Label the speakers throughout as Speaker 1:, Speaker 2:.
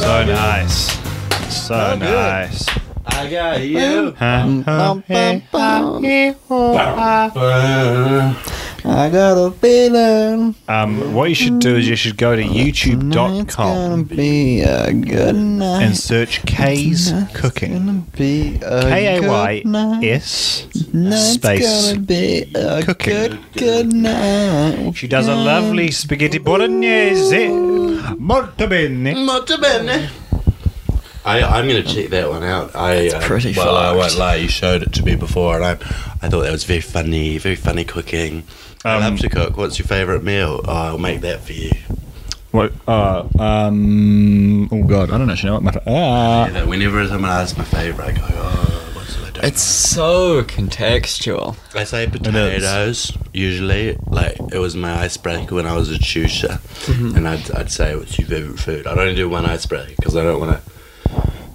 Speaker 1: So nice. So
Speaker 2: Oh, good.
Speaker 1: nice.
Speaker 2: I got you.
Speaker 1: Huh?
Speaker 3: Bum, bum, bum.
Speaker 2: Uh,
Speaker 3: I got a feeling
Speaker 1: Um, what you should do is you should go to
Speaker 3: it's gonna
Speaker 1: youtube.com
Speaker 3: be a good night.
Speaker 1: and search Kay's
Speaker 3: Tonight's
Speaker 1: Cooking.
Speaker 3: gonna be a
Speaker 1: K A
Speaker 3: good
Speaker 1: Y
Speaker 3: night.
Speaker 1: S
Speaker 3: Night's
Speaker 1: space.
Speaker 3: gonna be a
Speaker 1: Cooking.
Speaker 3: good good night.
Speaker 1: She does a lovely spaghetti bolognese. Molto
Speaker 3: Mm,
Speaker 1: bene.
Speaker 2: Molto bene. I, I'm gonna check that one out. I uh,
Speaker 3: pretty
Speaker 2: well, I
Speaker 3: fucked.
Speaker 2: won't lie. You showed it to me before, and I, I thought that was very funny. Very funny cooking. I
Speaker 1: Um,
Speaker 2: love to cook. What's your favorite meal? Oh, I'll make that for you.
Speaker 1: What? Uh, um. Oh God, I don't actually know what my. Ah.
Speaker 2: Yeah, whenever someone asks my favorite, I go, oh, what's it? I don't
Speaker 4: It's so contextual.
Speaker 2: know." I say potatoes usually. Like it was my icebreaker when I was a tutor,
Speaker 1: Mm-hmm.
Speaker 2: and I'd, I'd say, what's your favorite food? I'd only do one icebreaker because I don't want to,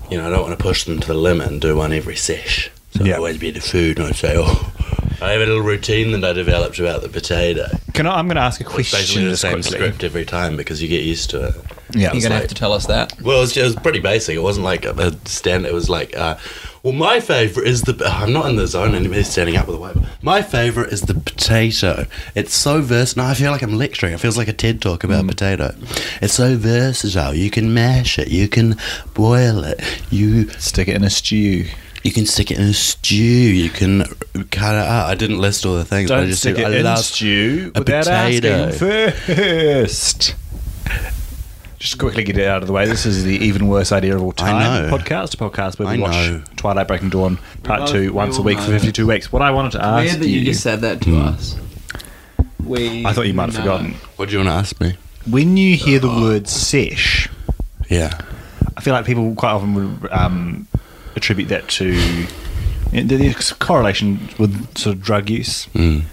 Speaker 2: you know, I don't want to push them to the limit and do one every sesh. So
Speaker 1: Yeah.
Speaker 2: it'd always be the food, and I'd say, oh. I have a little routine that I developed about the potato.
Speaker 1: Can I? I'm going to ask a
Speaker 2: It's
Speaker 1: question
Speaker 2: basically the
Speaker 1: just
Speaker 2: same
Speaker 1: quickly.
Speaker 2: script every time because you get used to it.
Speaker 1: Yeah.
Speaker 4: You're gonna
Speaker 2: like-
Speaker 4: have to tell us that.
Speaker 2: Well, it was, it was pretty basic. It wasn't like a stand. It was like, uh, well, my favorite is the. I'm not in the zone. Anybody's standing up with a wave. My favorite is the potato. It's so versatile. I feel like I'm lecturing. It feels like a TED talk about
Speaker 1: Mm.
Speaker 2: potato. It's so versatile. You can mash it. You can boil it. You
Speaker 1: Stick it in a stew.
Speaker 2: you can stick it in a stew. You can cut it out. I didn't list all the things. but I
Speaker 1: Don't
Speaker 2: just
Speaker 1: stick
Speaker 2: said,
Speaker 1: it
Speaker 2: I
Speaker 1: in
Speaker 2: love-
Speaker 1: stew
Speaker 2: a
Speaker 1: without
Speaker 2: potato.
Speaker 1: asking first. Just quickly get it out of the way. This is the even worse idea of all time
Speaker 2: I know.
Speaker 1: podcast. a Podcast where we
Speaker 2: I
Speaker 1: watch
Speaker 2: know.
Speaker 1: Twilight Breaking Dawn Part
Speaker 4: both- we
Speaker 1: Two once a
Speaker 4: all
Speaker 1: week for
Speaker 4: know.
Speaker 1: fifty-two weeks. What I wanted to ask
Speaker 4: Weird that you just said that to us. We.
Speaker 1: I thought you might have
Speaker 4: know.
Speaker 1: forgotten. Oh.
Speaker 2: What do you want to ask me?
Speaker 1: When you hear the word sesh,
Speaker 2: Yeah.
Speaker 1: I feel like people quite often would um, attribute that to the correlation with sort of drug use.
Speaker 2: Mm.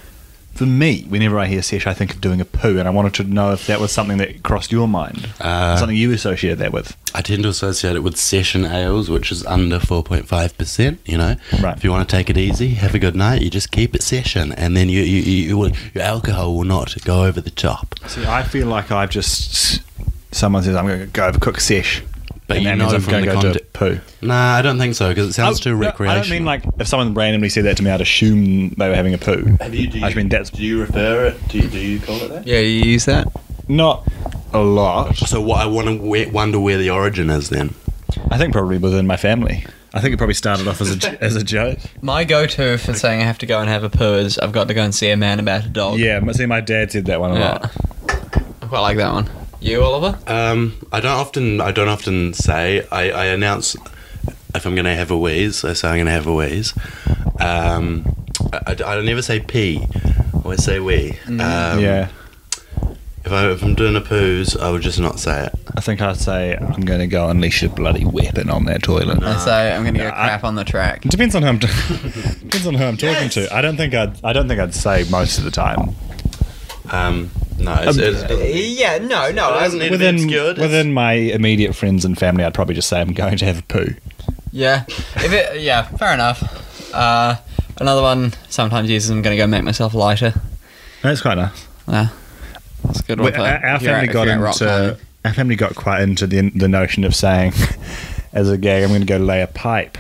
Speaker 1: For me, whenever I hear sesh, I think of doing a poo, and I wanted to know if that was something that crossed your mind,
Speaker 2: Uh,
Speaker 1: something you associated that with.
Speaker 2: I tend to associate it with session ales, which is under 4.5%. You know,
Speaker 1: Right.
Speaker 2: if you want to take it easy, have a good night, you just keep it session, and then you, you, you, you will, your alcohol will not go over the top.
Speaker 1: See, I feel like I've just someone says I'm going to go have a quick sesh,
Speaker 2: But
Speaker 1: and
Speaker 2: you
Speaker 1: that
Speaker 2: know
Speaker 1: means I'm
Speaker 2: from
Speaker 1: going
Speaker 2: the
Speaker 1: to go do a
Speaker 2: context-
Speaker 1: poo.
Speaker 2: Nah, I don't think so because it sounds
Speaker 1: Oh, no,
Speaker 2: too
Speaker 1: I
Speaker 2: recreational.
Speaker 1: don't mean like if someone randomly said that to me, I'd assume they were having a poo. I just mean that's
Speaker 2: you refer it? Do you, do you call it that?
Speaker 4: Yeah, you use that.
Speaker 1: not a lot.
Speaker 2: So what I want to wonder where the origin is then.
Speaker 1: I think probably within my family. I think it probably started off as a, as a joke.
Speaker 4: My go-to for saying I have to go and have a poo is I've got to go and see a man about a dog.
Speaker 1: Yeah, m- see, my dad did that one a
Speaker 4: Yeah.
Speaker 1: lot.
Speaker 4: I quite like that one. You, Oliver?
Speaker 2: Um, I don't often. I don't often say. I, I announce if I'm going to have a wheeze. I say I'm going to have a wheeze. Um, I, I, I never say pee. I always say wee. Um,
Speaker 1: yeah,
Speaker 2: If, I, if I'm doing a poos, I would just not say it.
Speaker 1: I think I'd say I'm going to go unleash a bloody weapon on that toilet.
Speaker 4: I say I'm gonna go
Speaker 1: I-
Speaker 4: crap on the track.
Speaker 1: It depends on who I'm t- depends on who I'm talking
Speaker 2: Yes.
Speaker 1: to. I don't think I'd I don't think I'd say most of the time.
Speaker 2: Um, no, it's, it's, it doesn't- it
Speaker 4: Uh, Yeah, no, no.
Speaker 2: doesn't need to be
Speaker 1: Within
Speaker 2: obscured.
Speaker 1: within my immediate friends and family, I'd probably just say I'm going to have a poo.
Speaker 4: Yeah, if it, yeah, fair enough. Uh, another one sometimes uses I'm gonna go make myself lighter.
Speaker 1: That's quite nice.
Speaker 4: Uh, that's a good one. for-
Speaker 1: Well, our, our
Speaker 4: if you're
Speaker 1: family
Speaker 4: at- if
Speaker 1: got
Speaker 4: you're at rock
Speaker 1: into
Speaker 4: climbing.
Speaker 1: our family got quite into the the notion of saying, as a gag, I'm going to go lay a pipe.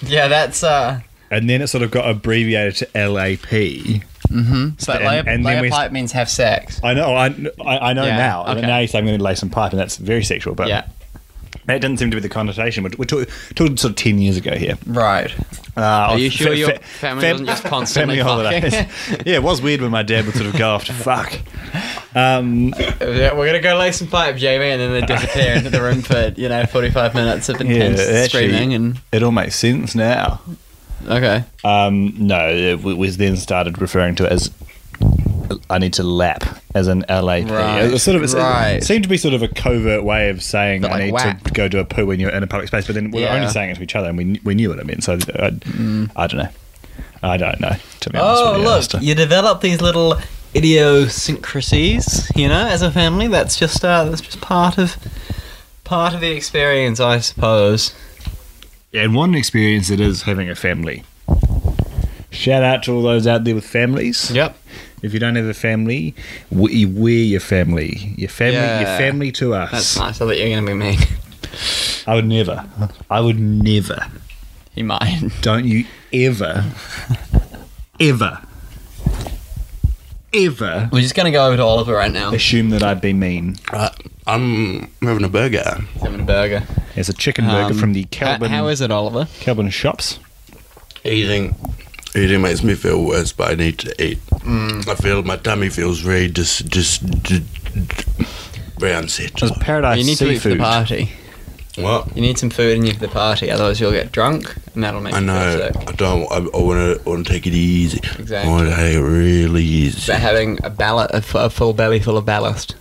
Speaker 4: Yeah, that's uh.
Speaker 1: and then it sort of got abbreviated to LAP.
Speaker 4: But
Speaker 1: and-
Speaker 4: layer,
Speaker 1: and then
Speaker 4: layer
Speaker 1: we- Oh.
Speaker 4: pipe means have sex.
Speaker 1: I know, I, I, I know
Speaker 4: Yeah,
Speaker 1: now. I mean,
Speaker 4: okay.
Speaker 1: Now you say I'm going to lay some pipe, and that's very sexual. But
Speaker 4: Yeah,
Speaker 1: that doesn't seem to be the connotation. We're, we're talking, talking sort of ten years ago here.
Speaker 4: right.
Speaker 1: Uh, Are
Speaker 4: you sure your family wasn't just constantly
Speaker 1: yeah, it was weird when my dad would sort of go off to fuck. Um,
Speaker 4: Yeah, We're gonna go lay some pipe, Jamie, and then they disappear into the room for you know 45 minutes of
Speaker 1: Yeah,
Speaker 4: intense
Speaker 1: actually,
Speaker 4: screaming and
Speaker 1: it all makes sense now.
Speaker 4: okay.
Speaker 1: Um, no, it, we, we then started referring to it as I need to lap as an LAP.
Speaker 4: Right,
Speaker 1: It was sort of it's-
Speaker 4: right.
Speaker 1: it seemed to be sort of a covert way of saying
Speaker 4: But
Speaker 1: I
Speaker 4: like
Speaker 1: need to
Speaker 4: whack.
Speaker 1: go do a poo when you're in a public space. But then we were
Speaker 4: Yeah. Mm.
Speaker 1: only saying it to each other, and we kn- we knew what it meant. So I, I don't know. I don't know. To be honest
Speaker 4: Oh,
Speaker 1: with you,
Speaker 4: look,
Speaker 1: Alistair.
Speaker 4: you develop these little idiosyncrasies, you know, as a family. That's just uh, that's just part of part of the experience, I suppose.
Speaker 1: and one experience it is having a family. Shout out to all those out there with families.
Speaker 4: Yep.
Speaker 1: If you don't have a family, we, we're your family. Your family, your
Speaker 4: Yeah.
Speaker 1: family to us.
Speaker 4: That's nice. I thought you were going to be mean.
Speaker 1: I would never. I would never.
Speaker 3: He might.
Speaker 1: Don't you ever, ever, ever
Speaker 3: We're just gonna go over to Oliver right now.
Speaker 1: assume that I'd be mean.
Speaker 2: Right, I'm having a burger.
Speaker 3: having a burger.
Speaker 1: It's a chicken burger
Speaker 3: Um,
Speaker 1: from the
Speaker 3: How,
Speaker 1: Calvin,
Speaker 3: how is it, Oliver?
Speaker 1: Calvin shops.
Speaker 2: Eating. Eating makes me feel worse, but I need to eat. I feel my tummy feels very dis, dis, d- d- very unset.
Speaker 1: It's paradise
Speaker 3: Oh, you need to eat for the
Speaker 1: seafood.
Speaker 3: party.
Speaker 2: What?
Speaker 3: You need some food and you for the party, otherwise you'll get drunk and that'll make
Speaker 2: I
Speaker 3: you
Speaker 2: know.
Speaker 3: feel sick.
Speaker 2: I don't. I, I want to. Want to take it easy. I
Speaker 3: Exactly.
Speaker 2: want to take it really
Speaker 3: It's
Speaker 2: easy.
Speaker 3: about having a ballot, a, f- a full belly full of ballast.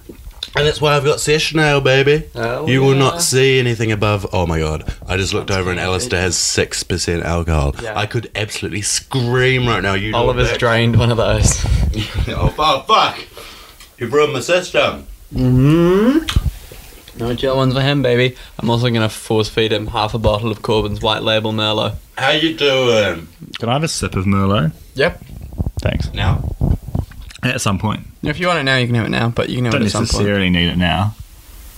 Speaker 2: And that's why I've got session ale, baby.
Speaker 3: Oh,
Speaker 2: you will
Speaker 3: yeah.
Speaker 2: not see anything above. Oh my god! I just looked over and Alistair has six percent alcohol.
Speaker 3: Yeah.
Speaker 2: I could absolutely scream right now. You know
Speaker 3: Oliver's
Speaker 2: that.
Speaker 3: drained one of those.
Speaker 2: oh fuck! Fuck! You ruined my system.
Speaker 3: Mm-hmm. No chill ones for him, baby. I'm also gonna force feed him half a bottle of Corbin's White Label Merlot.
Speaker 2: How you doing
Speaker 1: Can I have a sip of Merlot?
Speaker 3: Yep.
Speaker 1: Thanks.
Speaker 2: now?
Speaker 1: At some point.
Speaker 3: If you want it now, you can have it now, but you can have
Speaker 1: Don't
Speaker 3: it at some point.
Speaker 1: necessarily need it now,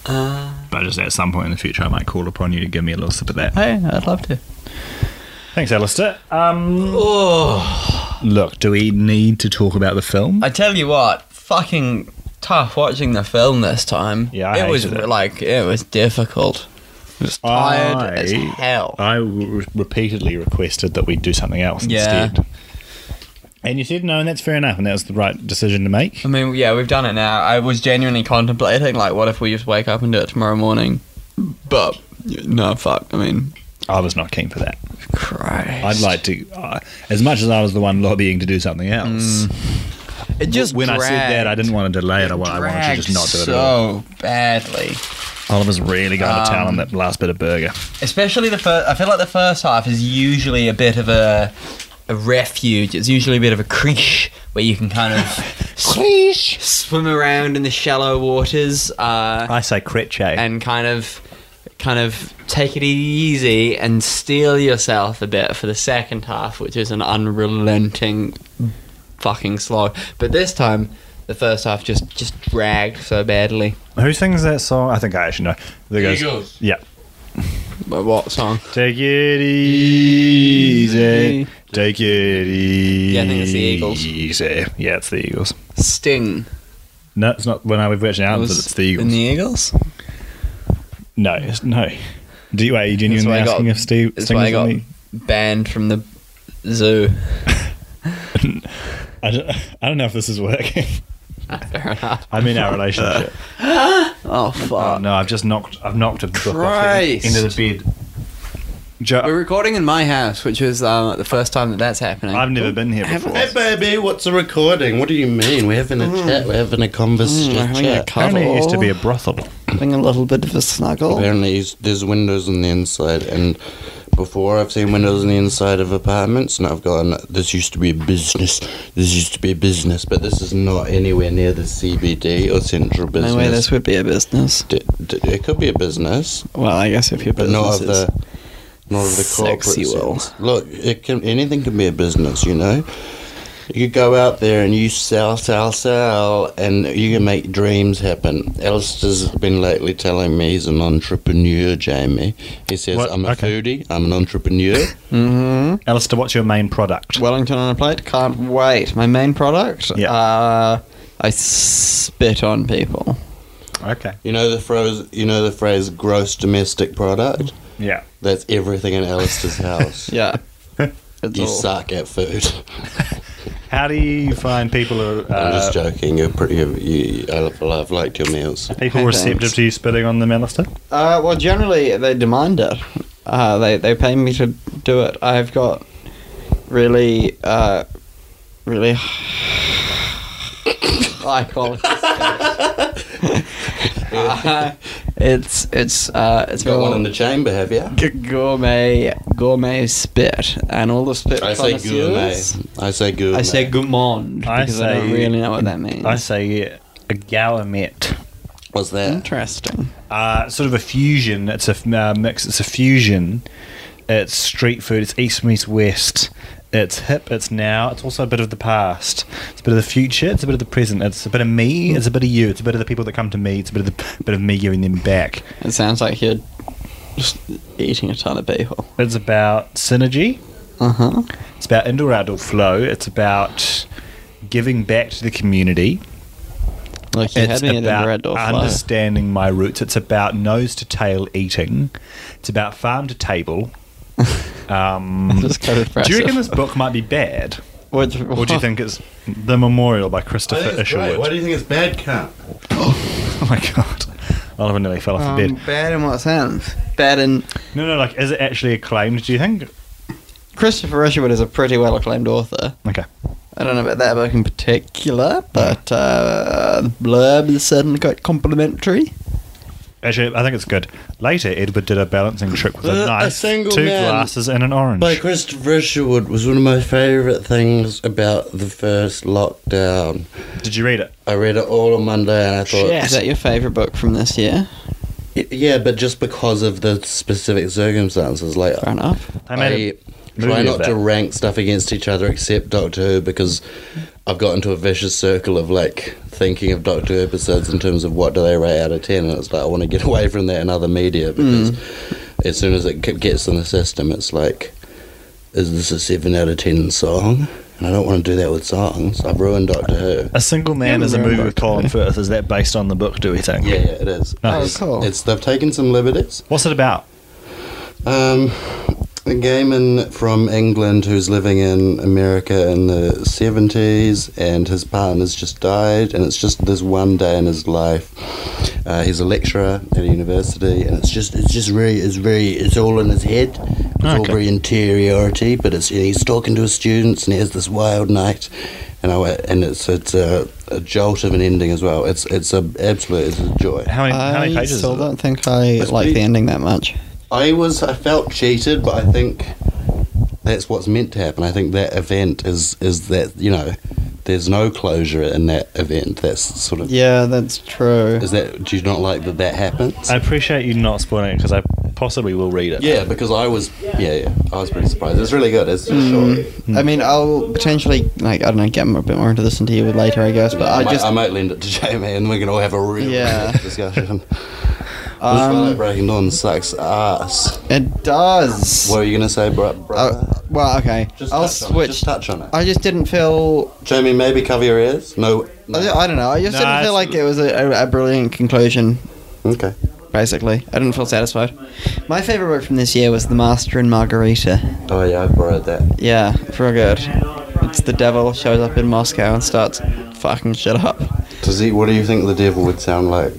Speaker 3: Uh,
Speaker 1: but just at some point in the future, I might call upon you to give me a little sip of that.
Speaker 3: hey, I'd love to.
Speaker 1: Thanks, Alistair. Um,
Speaker 3: Oh,
Speaker 1: look, do we need to talk about the film?
Speaker 3: I tell you what, fucking tough watching the film this time.
Speaker 1: Yeah, I
Speaker 3: it was
Speaker 1: hated it.
Speaker 3: like it was difficult. I was tired as
Speaker 1: I-
Speaker 3: hell.
Speaker 1: I re- repeatedly requested that we do something else
Speaker 3: Yeah.
Speaker 1: instead. And you said no, and that's fair enough, and that was the right decision to make.
Speaker 3: I mean, yeah, we've done it now. I was genuinely contemplating, like, what if we just wake up and do it tomorrow morning? But no, fuck. I mean,
Speaker 1: I was not keen for that.
Speaker 3: Christ.
Speaker 1: I'd like to, uh, as much as I was the one lobbying to do something else.
Speaker 3: It just
Speaker 1: when I said that, I
Speaker 3: dragged.
Speaker 1: didn't want to delay it. I wa- I wanted to just not do it
Speaker 3: so
Speaker 1: at all.
Speaker 3: badly.
Speaker 1: Oliver's really going to town on that last bit of burger.
Speaker 3: Especially the first. I feel like the first half is usually a bit of a a refuge. It's usually a bit of a creche where you can kind of
Speaker 1: Sheesh.
Speaker 3: swim around in the shallow waters. Uh,
Speaker 1: I say creche.
Speaker 3: and kind of kind of take it easy and steel yourself a bit for the second half, which is an unrelenting fucking slog. But this time the first half just just dragged so badly.
Speaker 1: Who sings that song? I think I actually know. There goes.
Speaker 2: Eagles.
Speaker 1: Yeah.
Speaker 3: But what song?
Speaker 1: Take it easy. Take it easy.
Speaker 3: Yeah, I think it's the Eagles.
Speaker 1: Yeah, it's the Eagles.
Speaker 3: Sting.
Speaker 1: No, it's not when I was watching out, but it's the Eagles.
Speaker 3: In the Eagles?
Speaker 1: no, it's, no. Do you, wait, are you genuinely
Speaker 3: why I got-
Speaker 1: asking if Steve
Speaker 3: That's
Speaker 1: Sting
Speaker 3: why I
Speaker 1: is
Speaker 3: got
Speaker 1: in
Speaker 3: banned from the zoo.
Speaker 1: the- I don't, I don't know if this is working.
Speaker 3: Fair enough.
Speaker 1: I mean, our relationship.
Speaker 3: Oh fuck.
Speaker 1: Uh, no, I've just knocked. I've knocked a book
Speaker 3: Christ.
Speaker 1: into the bed.
Speaker 3: We're
Speaker 1: Joe,
Speaker 3: recording in my house, which is uh, the first time that that's happening.
Speaker 1: I've never been here before.
Speaker 2: Hey baby, what's a recording? What do you mean? We're having a
Speaker 3: Mm.
Speaker 2: chat. We're having a conversation.
Speaker 3: we're having a
Speaker 2: chat.
Speaker 1: Apparently, it used to be a brothel.
Speaker 5: Having a little bit of a snuggle.
Speaker 2: Apparently, s- there's windows on the inside, and before I've seen windows on the inside of apartments, and I've gone, this used to be a business, this used to be a business, but this is not anywhere near the CBD or central business.
Speaker 5: No way, this would be a business.
Speaker 2: D- d- it could be a business,
Speaker 5: Well, I guess if your
Speaker 2: but not
Speaker 5: business
Speaker 2: of
Speaker 5: is
Speaker 2: the. Not of the corporate
Speaker 5: Sexy will.
Speaker 2: sense. Look, it can anything can be a business, you know. You go out there and you sell, sell, sell, and you can make dreams happen. Alistair's been lately telling me he's an entrepreneur, Jamie. He says,
Speaker 1: What?
Speaker 2: I'm a
Speaker 1: Okay.
Speaker 2: foodie, I'm an entrepreneur.
Speaker 1: Alistair, what's your main product?
Speaker 3: Mm-hmm. Wellington on a plate. Can't wait. My main product.
Speaker 1: Yeah.
Speaker 3: Uh, I spit on people.
Speaker 1: Okay.
Speaker 2: you know the phrase, you know the phrase gross domestic product?
Speaker 1: Yeah.
Speaker 2: That's everything in Alistair's house.
Speaker 3: Yeah.
Speaker 5: it's
Speaker 2: You
Speaker 5: all-
Speaker 2: suck at food.
Speaker 1: How do you find people are uh,
Speaker 2: I'm just joking. You're pretty. You, you, I love, I've liked your meals.
Speaker 1: people
Speaker 3: Hey,
Speaker 1: receptive
Speaker 3: thanks.
Speaker 1: to you spitting on them, Alistair?
Speaker 3: Uh, well, generally they demand it. Uh, they they pay me to do it. I've got really uh, really high quality. uh, it's it's uh, it's
Speaker 2: You got one in
Speaker 3: gour-
Speaker 2: the chamber, have you?
Speaker 3: g- gourmet gourmet spit and all the spit.
Speaker 2: I say gourmet.
Speaker 3: connoisseurs-
Speaker 2: I say gourmet.
Speaker 3: I say gourmand
Speaker 1: I
Speaker 3: because I don't
Speaker 1: say-
Speaker 3: really know what that means.
Speaker 1: say yeah, a gallimet.
Speaker 2: What's that?
Speaker 3: Interesting.
Speaker 1: Uh, sort of a fusion. It's a f- uh, mix. It's a fusion. It's street food. It's east meets west. It's hip. It's now. It's also a bit of the past. It's a bit of the future. It's a bit of the present. It's a bit of me. It's a bit of you. It's a bit of the people that come to me. It's a bit of the bit of me giving them back.
Speaker 3: It sounds like you're Just eating a ton of people.
Speaker 1: It's about synergy.
Speaker 3: Uh huh.
Speaker 1: It's about indoor outdoor flow. It's about giving back to the community.
Speaker 3: Like you
Speaker 1: it's
Speaker 3: had me at
Speaker 1: about
Speaker 3: the red door. flow.
Speaker 1: understanding my roots. It's about nose to tail eating. It's about farm to table. Um,
Speaker 3: That's kind of
Speaker 1: do you reckon
Speaker 3: impressive.
Speaker 1: this book might be bad?
Speaker 3: What,
Speaker 1: Or do you think it's The Memorial by
Speaker 2: I think
Speaker 1: Christopher
Speaker 2: it's great.
Speaker 1: Isherwood?
Speaker 2: Why do you think it's bad, cunt?
Speaker 1: oh my god. Oliver nearly fell off the bed.
Speaker 3: Um, bad in what sense? Bad in
Speaker 1: No, no, like, is it actually acclaimed, do you think?
Speaker 3: Christopher Isherwood is a pretty well acclaimed author.
Speaker 1: Okay.
Speaker 3: I don't know about that book in particular, but uh, the blurb is certainly quite complimentary.
Speaker 1: Actually, I think it's good. Later, Edward did a balancing trick with a
Speaker 2: Uh, a
Speaker 1: knife,
Speaker 2: single
Speaker 1: two
Speaker 2: man
Speaker 1: glasses, and an orange.
Speaker 2: By Christopher Isherwood was one of my favourite things about the first lockdown.
Speaker 1: Did you read it?
Speaker 2: I read it all on Monday and I thought,
Speaker 3: Is that your favourite book from this year?
Speaker 2: Y- yeah, but just because of the specific circumstances, like
Speaker 3: Fair enough.
Speaker 1: They made
Speaker 2: I
Speaker 1: a
Speaker 2: try
Speaker 1: movie of
Speaker 2: not to
Speaker 1: that.
Speaker 2: rank stuff against each other except Doctor Who because I've got into a vicious circle of like thinking of Doctor Who episodes in terms of what do they rate out of ten, and it's like I want to get away from that in other media
Speaker 1: Hmm.
Speaker 2: because as soon as it g- gets in the system, it's like, is this a seven out of ten song? And I don't want to do that with songs. I've ruined Doctor Who.
Speaker 1: A Single Man
Speaker 3: Yeah,
Speaker 1: is a
Speaker 3: remember
Speaker 1: movie with
Speaker 3: that.
Speaker 1: Colin Firth. Is that based on the book, do we think?
Speaker 2: Yeah, yeah, it is.
Speaker 1: Nice.
Speaker 3: Oh, cool.
Speaker 2: It's they've taken some liberties.
Speaker 1: What's it about?
Speaker 2: Um, a gayman from England who's living in America in the 70s, and his partner's just died, and it's just this one day in his life. Uh, he's a lecturer at a university, and it's just it's just very it's very it's all in his head. It's all
Speaker 1: Okay.
Speaker 2: very interiority, but it's he's talking to his students, and he has this wild night, and I went- and it's it's a, a jolt of an ending as well. It's it's a absolute it's a joy.
Speaker 1: How many, how many
Speaker 3: I
Speaker 1: pages
Speaker 3: still
Speaker 1: is it?
Speaker 3: don't think I
Speaker 2: It's
Speaker 3: like
Speaker 2: pretty-
Speaker 3: the ending that much.
Speaker 2: I was I felt cheated, but I think that's what's meant to happen. I think that event is is that you know there's no closure in that event. That's sort of
Speaker 3: Yeah, that's true.
Speaker 2: Is that do you not like that that
Speaker 3: Uh,
Speaker 2: happens?
Speaker 1: I appreciate you not spoiling it because I possibly will read it.
Speaker 2: yeah, because I was yeah yeah I was pretty surprised. It's really good. It's
Speaker 3: Mm,
Speaker 2: just short.
Speaker 1: Hmm.
Speaker 3: I mean, I'll potentially like I don't know get a bit more into this into you later, I guess. But
Speaker 2: I,
Speaker 3: I
Speaker 2: might,
Speaker 3: just
Speaker 2: I might lend it to Jamie, and we can all have a real
Speaker 3: Yeah.
Speaker 2: discussion. this
Speaker 3: um,
Speaker 2: fellow breaking dawn sucks ass.
Speaker 3: it does.
Speaker 2: What were you gonna say, bro? bro?
Speaker 3: Oh, well, okay.
Speaker 2: just
Speaker 3: I'll
Speaker 2: touch On it.
Speaker 3: switch.
Speaker 2: Just touch on it.
Speaker 3: I just didn't feel.
Speaker 2: Jamie, maybe cover your ears. No.
Speaker 3: I don't- I don't know. I just
Speaker 1: Nah,
Speaker 3: didn't
Speaker 1: it's-
Speaker 3: feel like it was a, a, a brilliant conclusion.
Speaker 2: Okay.
Speaker 3: Basically, I didn't feel satisfied. My favorite book from this year was *The Master and Margarita*.
Speaker 2: Oh yeah, I borrowed that.
Speaker 3: Yeah, it's real good. It's the devil shows up in Moscow and starts fucking shit up.
Speaker 2: Does he? What do you think the devil would sound like?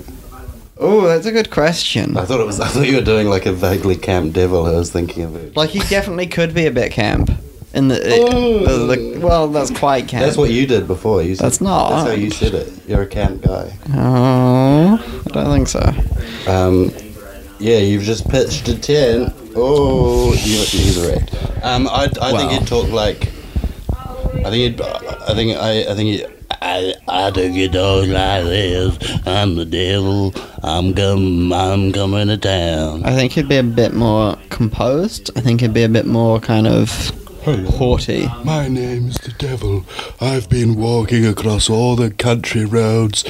Speaker 3: Oh, that's a good question.
Speaker 2: I thought it was. I thought you were doing like a vaguely camp devil. I was thinking of it.
Speaker 3: Like he definitely could be a bit camp in the,
Speaker 2: Oh.
Speaker 3: the, the- well, that's quite camp.
Speaker 2: That's what you did before. You said,
Speaker 3: That's not.
Speaker 2: That's how you said it. You're a camp guy.
Speaker 3: Oh, I don't think so.
Speaker 2: Um, yeah, you've just pitched a tent. Oh, you, he's wrecked. Um, I, I
Speaker 3: Wow.
Speaker 2: think you'd talk like. I think you'd. I think I. I think you. I, I think you talk like this. I'm the devil. I'm come. I'm coming to town.
Speaker 3: I think he'd be a bit more composed. I think he'd be a bit more kind of haughty.
Speaker 6: My name is the devil. I've been walking across all the country roads,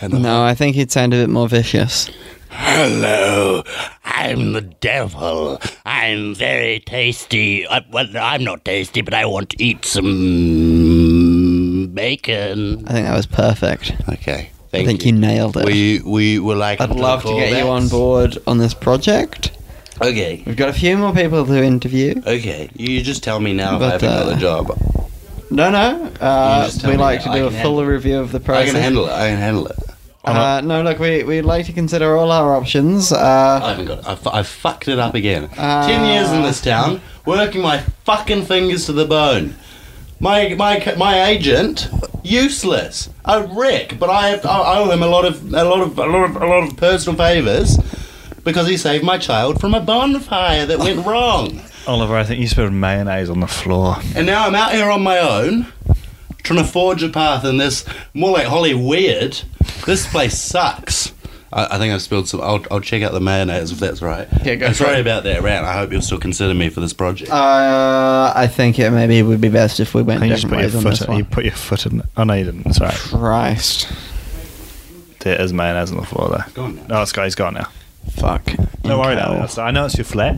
Speaker 6: and
Speaker 3: No, I think he'd sound a bit more vicious.
Speaker 6: hello, Oh, I'm the devil. I'm very tasty. I, well, I'm not tasty, but I want to eat some bacon.
Speaker 3: I think that was perfect.
Speaker 2: Okay.
Speaker 3: I
Speaker 2: Thank
Speaker 3: think you, nailed it.
Speaker 2: We we were like.
Speaker 3: I'd love to get you on board on this project.
Speaker 2: Okay,
Speaker 3: We've got a few more people to interview.
Speaker 2: okay. You just tell me now if
Speaker 3: But,
Speaker 2: I have another
Speaker 3: uh,
Speaker 2: job.
Speaker 3: No, no. Uh,
Speaker 2: just tell
Speaker 3: we
Speaker 2: me
Speaker 3: like to
Speaker 2: that. I
Speaker 3: do a
Speaker 2: can
Speaker 3: full review of the
Speaker 2: I
Speaker 3: process.
Speaker 2: can handle it. I can handle it.
Speaker 3: Uh, no, look, we, we'd like to consider all our options. Uh,
Speaker 2: I haven't got it. I, fu- I fucked it up again.
Speaker 3: Ah.
Speaker 2: Ten years in this town, working my fucking fingers to the bone. My my c- my agent, useless, a wreck. But I have, I owe him a lot of a lot of a lot of a lot of personal favors because he saved my child from a bonfire that went wrong.
Speaker 1: Oliver, I think you spilled mayonnaise on the floor.
Speaker 2: And now I'm out here on my own, trying to forge a path in this more like Holly Weird. This place sucks. I, I think I spilled some. I'll, I'll check out the mayonnaise if that's right.
Speaker 3: Yeah, go
Speaker 2: I'm
Speaker 3: for
Speaker 2: sorry
Speaker 3: it.
Speaker 2: about that rant. I hope you'll still consider me for this project.
Speaker 3: uh, I think it maybe would be best if we
Speaker 1: I
Speaker 3: went
Speaker 1: think you just put
Speaker 3: different
Speaker 1: your
Speaker 3: ways on
Speaker 1: foot.
Speaker 3: this
Speaker 1: In, you
Speaker 3: one.
Speaker 1: put your foot in. Oh no, you didn't. Sorry,
Speaker 3: Christ.
Speaker 1: there is mayonnaise on the floor though.
Speaker 2: Go on now.
Speaker 1: No, it's gone. He's gone now.
Speaker 3: Fuck.
Speaker 1: Don't worry about it. Alistair. I know it's your flat.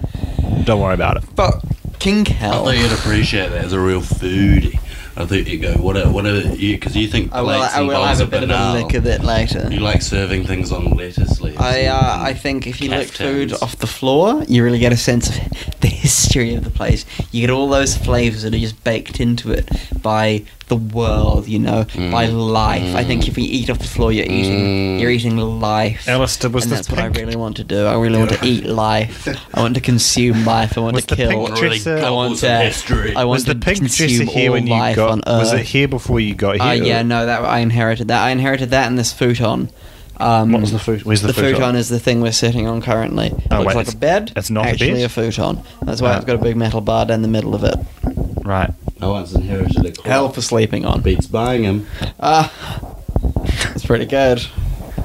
Speaker 1: Don't worry about it.
Speaker 3: Fuck. King hell.
Speaker 2: I thought you'd appreciate that as a real foodie. I thought you go, what, a, what, a, you, because you think
Speaker 3: I will,
Speaker 2: plates
Speaker 3: I
Speaker 2: and
Speaker 3: will
Speaker 2: bowls
Speaker 3: have a
Speaker 2: are
Speaker 3: bit of a
Speaker 2: banal.
Speaker 3: lick of it later.
Speaker 2: You like serving things on lettuce leaves.
Speaker 3: I uh, I think if you lick
Speaker 2: Caftans.
Speaker 3: food off the floor, you really get a sense of the history of the place. You get all those flavors that are just baked into it by the world, you know, by
Speaker 2: Mm.
Speaker 3: life. I think if you eat off the floor, you're eating you're eating life.
Speaker 1: Alistair, was
Speaker 3: and
Speaker 1: this
Speaker 3: that's what I
Speaker 1: pink?
Speaker 3: really want to do. I really want to eat life. I want to consume life. I want
Speaker 1: Was
Speaker 3: to
Speaker 1: the
Speaker 3: kill.
Speaker 1: pink dresser?
Speaker 3: I want
Speaker 2: Couples of
Speaker 3: to.
Speaker 2: history.
Speaker 3: I want
Speaker 1: was the
Speaker 3: to
Speaker 1: pink dresser
Speaker 3: consume
Speaker 1: here
Speaker 3: all
Speaker 1: when you
Speaker 3: life
Speaker 1: got?
Speaker 3: on Earth.
Speaker 1: Was it here before you got
Speaker 3: Oh
Speaker 1: here?
Speaker 3: yeah, no, that I inherited that. I inherited that in this futon. Um,
Speaker 1: What was the fu- where's the
Speaker 3: futon?
Speaker 1: futon?
Speaker 3: is the thing we're sitting on currently.
Speaker 1: Oh,
Speaker 3: Looks
Speaker 1: wait,
Speaker 3: like a
Speaker 1: it's-
Speaker 3: bed.
Speaker 1: it's not a
Speaker 3: actually
Speaker 1: bed?
Speaker 3: a futon. That's why
Speaker 1: Ah.
Speaker 3: it's got a big metal bar down the middle of it.
Speaker 1: Right.
Speaker 2: I once inherited a clock.
Speaker 3: Hell for sleeping on.
Speaker 2: Beats buying him.
Speaker 3: Ah, it's pretty good.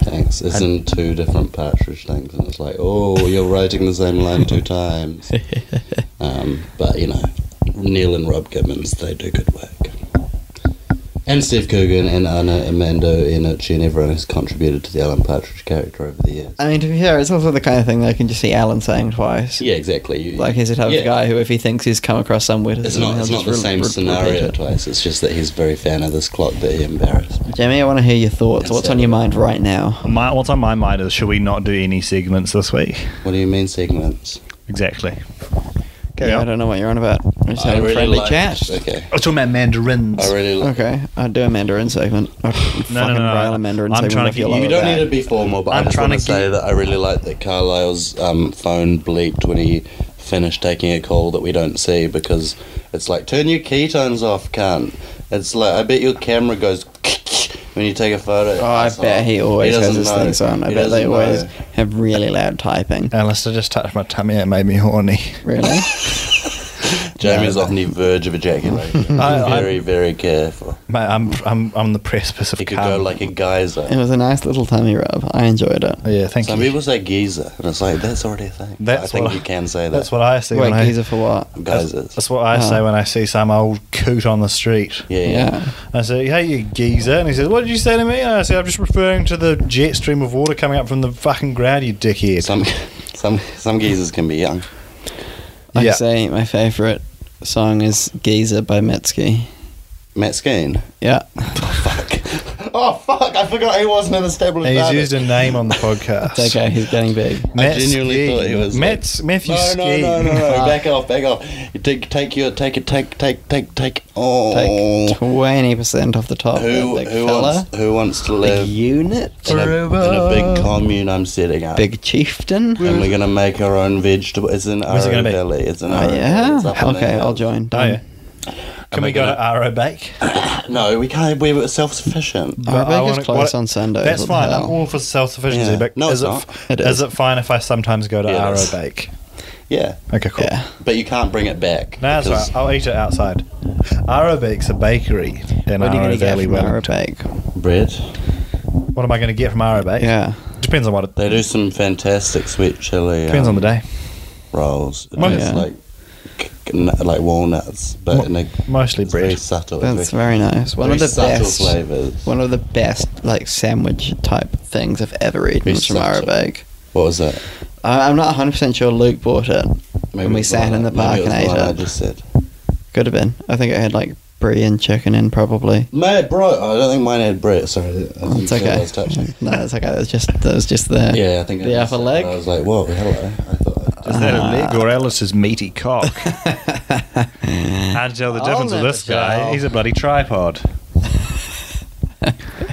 Speaker 2: Thanks. It's in two different partridge things, and it's like, oh, you're writing the same line two times. um, but you know, Neil and Rob Gibbons, they do good work. And Steve Coogan and Anna Amando Inucci and everyone has contributed to the Alan Partridge character over the years.
Speaker 3: I mean, to be fair, it's also the kind of thing that I can just see Alan saying twice.
Speaker 2: Yeah, exactly. You-
Speaker 3: Like he's the type
Speaker 2: yeah.
Speaker 3: of guy who, if he thinks he's come across somewhere,
Speaker 2: It's not, it's not the same scenario twice, it's just that he's very fan of this clock that he embarrassed.
Speaker 3: Jamie, I want to hear your thoughts.
Speaker 2: It's
Speaker 3: What's
Speaker 2: a-
Speaker 3: on your mind right now?
Speaker 1: My, what's on my mind is should we not do any segments this week?
Speaker 2: What do you mean segments?
Speaker 1: Exactly. Carry
Speaker 3: Yeah, I
Speaker 1: on.
Speaker 3: don't know what you're on about. We're just
Speaker 2: I
Speaker 3: having a
Speaker 2: really
Speaker 3: friendly
Speaker 2: like-
Speaker 3: chat.
Speaker 2: Okay.
Speaker 1: I was talking about
Speaker 3: Oh,
Speaker 1: mandarins.
Speaker 2: I really like
Speaker 3: Okay, I do a Mandarin segment. I fucking
Speaker 1: no, no,
Speaker 3: rail
Speaker 1: no.
Speaker 3: a Mandarin
Speaker 1: I'm
Speaker 3: segment
Speaker 1: trying to
Speaker 3: if you
Speaker 1: get-
Speaker 3: love
Speaker 1: you
Speaker 3: it.
Speaker 2: don't
Speaker 1: that.
Speaker 2: need to be formal, but i
Speaker 1: I'm
Speaker 2: just
Speaker 1: trying
Speaker 2: want to
Speaker 1: to
Speaker 2: say
Speaker 1: keep-
Speaker 2: that I really like that Carlisle's um, phone bleeped when he finished taking a call that we don't see because it's like, turn your ketones off, cunt. It's like, I bet your camera goes when you take a photo.
Speaker 3: Oh, I
Speaker 2: asshole.
Speaker 3: bet he always has
Speaker 2: doesn't
Speaker 3: his
Speaker 2: know.
Speaker 3: things on. I
Speaker 2: He
Speaker 3: bet they
Speaker 2: doesn't
Speaker 3: always
Speaker 2: know.
Speaker 3: have really loud typing.
Speaker 1: Alistair just touched my tummy. It made me horny.
Speaker 3: Really?
Speaker 2: Jamie's on the verge of ejaculation.
Speaker 1: I- I-
Speaker 2: very, very careful.
Speaker 1: Mate, I'm I'm I'm the precipice of.
Speaker 2: He could
Speaker 1: cum.
Speaker 2: go like a
Speaker 3: it
Speaker 2: geyser.
Speaker 3: was a nice little tummy rub. I enjoyed it.
Speaker 1: Yeah, thank
Speaker 2: Some
Speaker 1: you.
Speaker 2: people say geezer, and it's like, that's already a thing.
Speaker 1: That's
Speaker 2: I think
Speaker 1: what I-
Speaker 2: you can say that.
Speaker 1: That's what I see
Speaker 3: Wait,
Speaker 1: when
Speaker 3: geezer
Speaker 1: I.
Speaker 3: for what?
Speaker 1: That's,
Speaker 2: Geysers.
Speaker 1: that's what I say
Speaker 3: Oh.
Speaker 1: when I see some old coot on the street.
Speaker 2: yeah, yeah.
Speaker 3: Yeah.
Speaker 1: I say, "Hey, you geezer," and he says, "What did you say to me?" And I said, "I'm just referring to the jet stream of water coming up from the fucking ground, you dickhead."
Speaker 2: Some, some, some geezers can be young.
Speaker 3: I
Speaker 1: Yeah.
Speaker 3: say my favourite song is Geezer by Mitski.
Speaker 2: Matt Skeen. Oh,
Speaker 3: Yeah.
Speaker 2: fuck. Oh fuck! I forgot he wasn't an established
Speaker 1: And he's
Speaker 2: artist.
Speaker 1: used a name on the podcast.
Speaker 3: It's okay, he's getting big.
Speaker 1: Matt
Speaker 2: I genuinely
Speaker 1: Skeen.
Speaker 2: thought he was.
Speaker 1: Matt's, Matthew
Speaker 2: no, no,
Speaker 1: Skeen.
Speaker 2: no, no, no, Back off, back off. You take, take your, take it, take, take, take, take. Oh.
Speaker 3: Take 20% off the top.
Speaker 2: who,
Speaker 3: big
Speaker 2: who
Speaker 3: fella.
Speaker 2: wants, who wants to
Speaker 3: Big
Speaker 2: live
Speaker 3: unit.
Speaker 2: in a, in a big commune I'm setting up?
Speaker 3: Big chieftain.
Speaker 2: And we're gonna make our own vegetable. It's in
Speaker 1: Where's it
Speaker 2: Arrow
Speaker 1: gonna be?
Speaker 2: Valley. It's in
Speaker 3: Oh,
Speaker 2: Arrow Valley. It's up
Speaker 3: yeah.
Speaker 2: in
Speaker 3: Okay,
Speaker 2: there.
Speaker 3: I'll join.
Speaker 1: Oh, yeah.
Speaker 2: Am
Speaker 1: Can
Speaker 2: I
Speaker 1: we go
Speaker 2: gonna-
Speaker 1: to Arrow Bake?
Speaker 2: No, we can't. We were self-sufficient.
Speaker 1: But I
Speaker 3: Our
Speaker 1: wanna-
Speaker 3: baker's
Speaker 1: what-
Speaker 3: closed on Sundays.
Speaker 1: That's
Speaker 3: what the
Speaker 1: fine.
Speaker 3: hell?
Speaker 1: I'm all for self-sufficiency,
Speaker 2: Yeah.
Speaker 1: but
Speaker 2: No,
Speaker 1: is, it,
Speaker 2: it's
Speaker 1: f-
Speaker 3: not. It
Speaker 1: is
Speaker 3: is.
Speaker 1: it fine if I sometimes go to
Speaker 2: Yeah, it
Speaker 1: Arrow
Speaker 2: is.
Speaker 1: Bake?
Speaker 2: Yeah,
Speaker 1: Okay, cool.
Speaker 3: Yeah.
Speaker 2: but you can't bring it back.
Speaker 1: No, that's all
Speaker 2: because
Speaker 1: right. I'll eat it outside. Arrow Bake's a bakery in
Speaker 3: What are you
Speaker 1: Arrow
Speaker 3: going to get
Speaker 1: Valley,
Speaker 3: from
Speaker 1: Wellington.
Speaker 3: Arabeg?
Speaker 2: Bread.
Speaker 1: What am I going to get from Arrow Bake?
Speaker 3: Yeah.
Speaker 1: Depends on what it
Speaker 2: They do some fantastic sweet chili.
Speaker 1: depends
Speaker 2: um,
Speaker 1: on the day.
Speaker 2: rolls. It
Speaker 1: Most-
Speaker 2: tastes
Speaker 3: Yeah.
Speaker 2: like c- c- nut- like walnuts, but
Speaker 1: Mo-
Speaker 2: in a
Speaker 1: mostly
Speaker 2: it's very
Speaker 1: bread.
Speaker 2: subtle.
Speaker 3: That's
Speaker 2: It's very,
Speaker 3: very nice. One
Speaker 2: very
Speaker 3: of the
Speaker 2: subtle
Speaker 3: best.
Speaker 2: flavors.
Speaker 3: One of the best like sandwich type things I've ever eaten
Speaker 2: Very
Speaker 3: was from
Speaker 2: subtle.
Speaker 3: Arabeg.
Speaker 2: What was that?
Speaker 3: I- I'm not 100 percent sure Luke bought it. When we
Speaker 2: it's
Speaker 3: sat
Speaker 2: the
Speaker 3: in the
Speaker 2: one I-
Speaker 3: park
Speaker 2: maybe it was
Speaker 3: and
Speaker 2: the
Speaker 3: ate
Speaker 2: one I
Speaker 3: it.
Speaker 2: just said,
Speaker 3: Could have been. I think it had like brie and chicken in probably.
Speaker 2: mate, bro. I don't think mine had bread. Sorry, I didn't
Speaker 3: Oh, It's
Speaker 2: feel what I
Speaker 3: okay.
Speaker 2: was touching.
Speaker 3: no, it's okay. That's just that was just there.
Speaker 2: Yeah, I think I
Speaker 3: The
Speaker 2: just
Speaker 3: upper
Speaker 2: said-
Speaker 3: leg?
Speaker 2: I was like, whoa, hello. I thought.
Speaker 1: Is that a
Speaker 3: Uh,
Speaker 1: leg or Alice's meaty cock? Hard to tell the
Speaker 3: I'll
Speaker 1: difference with
Speaker 3: never
Speaker 1: this guy.
Speaker 3: tell.
Speaker 1: He's a bloody tripod.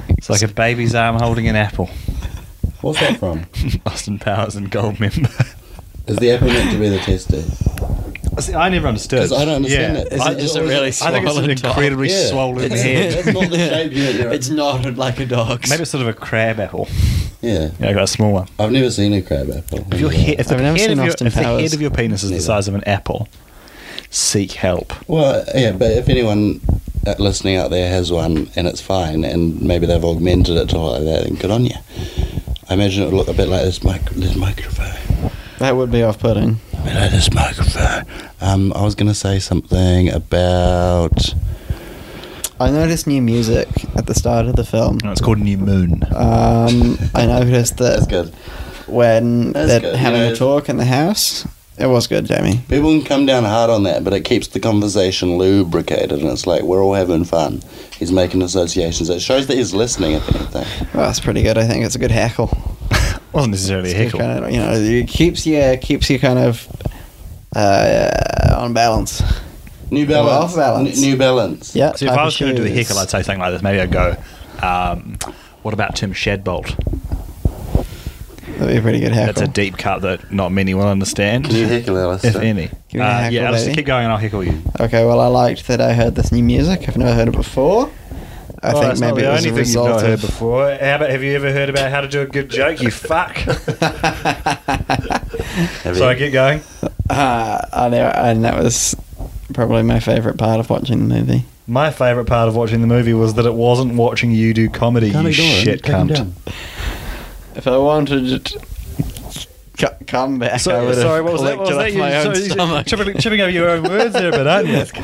Speaker 1: it's like a baby's arm holding an apple.
Speaker 2: What's that from?
Speaker 1: Austin Powers and Gold member.
Speaker 2: Is the apple meant to be the tester?
Speaker 1: See, I never understood.
Speaker 2: 'Cause I don't understand
Speaker 1: yeah.
Speaker 2: it. Is
Speaker 1: I,
Speaker 2: it just a
Speaker 1: I
Speaker 2: really
Speaker 1: think it's an
Speaker 3: swollen top?
Speaker 1: incredibly
Speaker 2: Yeah.
Speaker 1: swollen
Speaker 2: It's-
Speaker 1: head.
Speaker 2: That's not the shape you meant.
Speaker 3: It's not like a dog's.
Speaker 1: Maybe it's sort of a crab apple.
Speaker 2: Yeah,
Speaker 1: Yeah, I got a small one.
Speaker 2: I've never seen a crab apple.
Speaker 1: If, your head, if, the,
Speaker 3: I've never
Speaker 1: head of
Speaker 3: seen
Speaker 1: your,
Speaker 3: Austin
Speaker 1: if the head
Speaker 3: Powers.
Speaker 1: of your penis is the
Speaker 2: Neither.
Speaker 1: size of an apple, seek help.
Speaker 2: Well, yeah, but if anyone uh, listening out there has one and it's fine, and maybe they've augmented it to look like that, then good on you. I imagine it would look a bit like this, mic- this microphone.
Speaker 3: That would be off-putting.
Speaker 2: A bit like this microphone. Um, I was going to say something about.
Speaker 3: I noticed new music at the start of the film.
Speaker 1: No, it's called New Moon.
Speaker 3: Um, I noticed that
Speaker 2: good.
Speaker 3: when
Speaker 2: That's
Speaker 3: they're
Speaker 2: good,
Speaker 3: having
Speaker 2: yeah.
Speaker 3: a talk in the house. It was good, Jamie.
Speaker 2: People can come down hard on that, but it keeps the conversation lubricated, and it's like we're all having fun. He's making associations. It shows that he's listening. If anything,
Speaker 3: Well, it's pretty good. I think it's a good hackle.
Speaker 1: Wasn't necessarily a
Speaker 3: It's
Speaker 1: heckle.
Speaker 3: good Kind of, you know, it keeps you keeps you kind of uh, on balance.
Speaker 2: New
Speaker 3: Well,
Speaker 2: Balance,
Speaker 3: off balance.
Speaker 2: N- New Balance.
Speaker 3: Yeah.
Speaker 1: So if I was going to do the heckle, I'd say something like this. Maybe I'd go, um, what about Tim Shadbolt?
Speaker 3: that'd be a pretty good hackle.
Speaker 1: That's a deep cut that not many will understand,
Speaker 2: Can you heckle Alistair?
Speaker 1: if any.
Speaker 3: Give me a
Speaker 1: Uh,
Speaker 3: heckle,
Speaker 1: yeah, Alistair,
Speaker 3: baby.
Speaker 1: keep going and I'll heckle you.
Speaker 3: Okay, well, I liked that I heard this new music. I've never heard it before. I
Speaker 1: Oh,
Speaker 3: think
Speaker 1: that's not
Speaker 3: maybe
Speaker 1: the
Speaker 3: it was
Speaker 1: only thing
Speaker 3: a
Speaker 1: you've
Speaker 3: result
Speaker 1: not heard
Speaker 3: of-
Speaker 1: before. How about, have you ever heard about how to do a good joke? You fuck.
Speaker 2: Have
Speaker 1: so I
Speaker 2: you-
Speaker 1: get going.
Speaker 3: Ah, I know, and that was probably my favourite part of watching the movie.
Speaker 1: My favourite part of watching the movie was that it wasn't watching you do comedy, you shit cunt.
Speaker 3: If I wanted to c- come back, I
Speaker 1: So,
Speaker 3: would
Speaker 1: sorry,
Speaker 3: have
Speaker 1: what was that? What was that?
Speaker 3: collected
Speaker 1: You,
Speaker 3: off my own
Speaker 1: so you-
Speaker 3: stomach.
Speaker 1: tripping, tripping over your own words there, but aren't you?
Speaker 3: if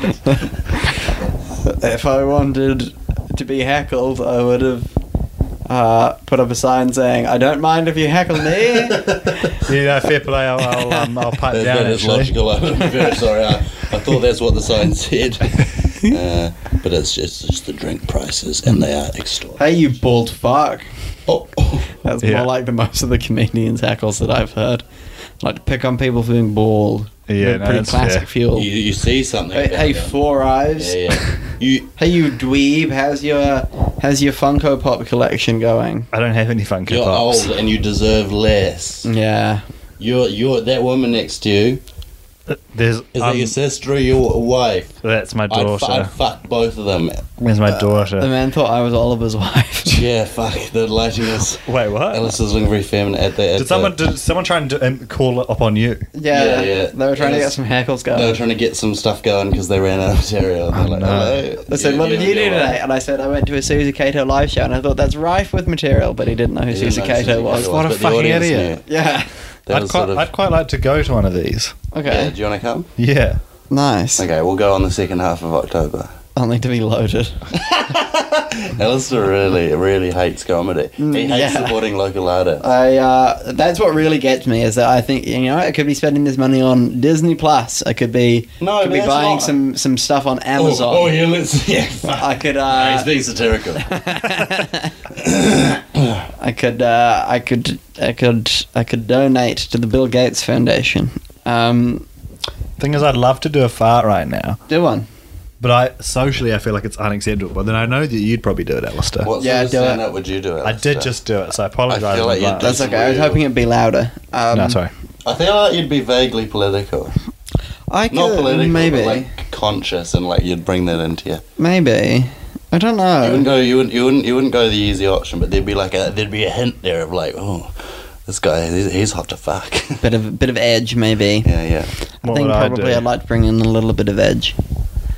Speaker 3: I wanted to be heckled, I would have uh, put up a sign saying, "I don't mind if you heckle me."
Speaker 1: Yeah, fair play. I'll, I'll, um, I'll pipe
Speaker 2: That,
Speaker 1: down.
Speaker 2: that is
Speaker 1: actually.
Speaker 2: logical. I'm very sorry. I, I thought that's what the sign said. Uh, but it's just, it's just the drink prices, and they are extortionate.
Speaker 3: hey, you bald fuck!
Speaker 2: Oh, oh.
Speaker 3: That's
Speaker 1: Yeah.
Speaker 3: more like the most of the comedians' heckles that I've heard. Like to pick on people for being bald.
Speaker 1: Yeah,
Speaker 3: They're
Speaker 1: no,
Speaker 3: pretty
Speaker 1: that's
Speaker 3: classic
Speaker 1: fair.
Speaker 3: fuel.
Speaker 2: You, you see something.
Speaker 3: Hey,
Speaker 2: about
Speaker 3: hey,
Speaker 2: them.
Speaker 3: four eyes.
Speaker 2: Yeah, yeah. You,
Speaker 3: Hey, you dweeb. How's your how's your Funko Pop collection going?
Speaker 1: I don't have any Funko
Speaker 2: you're
Speaker 1: Pops. Mm.
Speaker 2: old and you deserve less.
Speaker 3: Yeah.
Speaker 2: You're, you're that woman next to you.
Speaker 1: There's,
Speaker 2: Is
Speaker 1: um,
Speaker 2: that your sister or your wife?
Speaker 1: that's my
Speaker 2: I'd,
Speaker 1: daughter.
Speaker 2: fu- I'd fuck both of them.
Speaker 1: Where's
Speaker 2: uh,
Speaker 1: my
Speaker 3: The
Speaker 1: daughter?
Speaker 3: man thought I was Oliver's wife.
Speaker 2: Yeah, fuck. The lighting is.
Speaker 1: Wait, what?
Speaker 2: Alice is looking very feminine at the. At
Speaker 1: Did someone
Speaker 2: the,
Speaker 1: did someone try and do, um, call it up on you?
Speaker 3: yeah,
Speaker 2: Yeah, yeah.
Speaker 3: They were trying to
Speaker 2: Yes.
Speaker 3: get some heckles going.
Speaker 2: They were trying to get some stuff going because they ran out of material. They're like,
Speaker 1: no.
Speaker 2: hello.
Speaker 3: They said,
Speaker 2: Yeah,
Speaker 3: "What did
Speaker 2: yeah,
Speaker 3: you do
Speaker 2: yeah, well."
Speaker 3: today?" And I said, "I went to a Susie Cato live show, and I thought that's rife with material." But he didn't know who
Speaker 2: Yeah,
Speaker 3: Susie
Speaker 2: no, it's
Speaker 3: Cato
Speaker 2: just-
Speaker 3: was.
Speaker 1: What a
Speaker 2: but the
Speaker 1: fucking
Speaker 2: audience
Speaker 1: idiot.
Speaker 2: knew.
Speaker 3: Yeah.
Speaker 2: That
Speaker 1: I'd
Speaker 2: was
Speaker 1: quite,
Speaker 2: sort of-
Speaker 1: I'd quite like to go to one of these.
Speaker 2: yeah,
Speaker 3: Okay.
Speaker 2: do you want to come?
Speaker 1: Yeah.
Speaker 3: Nice.
Speaker 2: Okay, we'll go on the second half of October.
Speaker 3: I'll need to be loaded.
Speaker 2: Alistair really, really hates comedy. He hates
Speaker 3: Mm, yeah.
Speaker 2: supporting local artists.
Speaker 3: I uh, that's what really gets me is that I think you know I could be spending this money on Disney Plus. I could be
Speaker 2: No,
Speaker 3: could
Speaker 2: but
Speaker 3: be
Speaker 2: that's
Speaker 3: buying
Speaker 2: not-
Speaker 3: some some stuff on Amazon.
Speaker 2: Oh, oh, yeah, let's. Yeah, fuck.
Speaker 3: I could
Speaker 2: No, He's
Speaker 3: uh,
Speaker 2: being satirical.
Speaker 3: I could uh, I could I could I could donate to the Bill Gates Foundation. Um,
Speaker 1: Thing is, I'd love to do a fart right now,
Speaker 3: do one.
Speaker 1: but I socially I feel like it's unacceptable. But then I know that you'd probably do it, Alistair.
Speaker 2: What sort
Speaker 3: Yeah,
Speaker 2: of
Speaker 3: do it.
Speaker 2: stand up would you do?
Speaker 1: I
Speaker 2: Alistair?
Speaker 1: did just do it, so I apologise.
Speaker 2: I feel
Speaker 1: in
Speaker 2: like you
Speaker 1: advance.
Speaker 3: That's
Speaker 2: That's
Speaker 3: okay. I was
Speaker 2: weird.
Speaker 3: hoping it'd be louder. Um,
Speaker 1: no, sorry.
Speaker 2: I feel like you'd be vaguely political.
Speaker 3: I could
Speaker 2: Not political,
Speaker 3: maybe
Speaker 2: but like conscious, and like you'd bring that into you.
Speaker 3: maybe I don't
Speaker 2: You wouldn't
Speaker 3: know.
Speaker 2: go. You wouldn't. You wouldn't. You wouldn't go the easy option, but there'd be like a. There'd be a hint there of like, oh, this guy, he's, he's hot to fuck.
Speaker 3: Bit of bit of edge maybe.
Speaker 2: yeah, yeah.
Speaker 3: I
Speaker 1: What
Speaker 3: think
Speaker 1: would I
Speaker 3: probably
Speaker 1: do?
Speaker 3: I'd like to bring in a little bit of edge.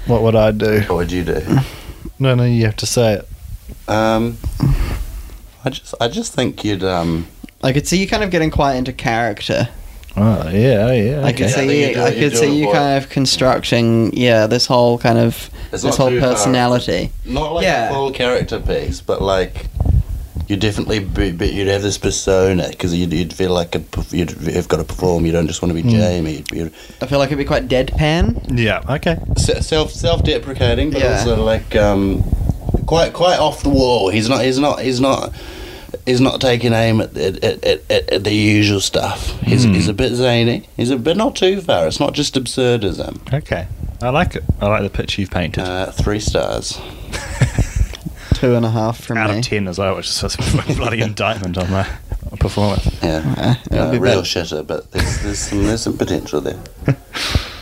Speaker 1: What would I do?
Speaker 2: What would you do?
Speaker 1: No, no, you have to say it.
Speaker 2: Um, I just, I just think you'd. Um,
Speaker 3: I could see you kind of getting quite into character.
Speaker 1: Oh yeah, yeah.
Speaker 3: I
Speaker 1: okay.
Speaker 3: could
Speaker 2: Yeah, I think
Speaker 3: see
Speaker 2: you do
Speaker 3: I
Speaker 2: it- you
Speaker 3: could
Speaker 2: do it
Speaker 3: see you
Speaker 2: for
Speaker 3: kind of constructing yeah this whole kind of
Speaker 2: It's
Speaker 3: this
Speaker 2: not
Speaker 3: whole
Speaker 2: too far.
Speaker 3: personality.
Speaker 2: not like
Speaker 3: Yeah.
Speaker 2: a full character piece, but like you definitely, be, but you'd have this persona because you'd, you'd feel like a, perf- you'd have got to perform. You don't just want
Speaker 3: Hmm.
Speaker 2: to be Jamie. You'd, you'd,
Speaker 3: I feel like it'd be quite deadpan.
Speaker 1: Yeah. Okay.
Speaker 2: se- self, self-deprecating, but
Speaker 3: Yeah.
Speaker 2: also like um, quite, quite off the wall. He's not, he's not, he's not. He's not taking aim at, at, at, at, at the usual stuff. He's,
Speaker 3: Hmm.
Speaker 2: he's a bit zany. He's a bit not too far. It's not just absurdism.
Speaker 1: Okay. I like it. I like the picture you've painted.
Speaker 2: Uh, three stars.
Speaker 3: Two and a half from
Speaker 1: Out
Speaker 3: me.
Speaker 1: of ten as well, which is such a bloody indictment on my performance.
Speaker 2: Yeah,
Speaker 3: it'll
Speaker 2: Uh,
Speaker 3: be
Speaker 2: real
Speaker 3: better.
Speaker 2: shitter, but there's, there's some there's some potential there.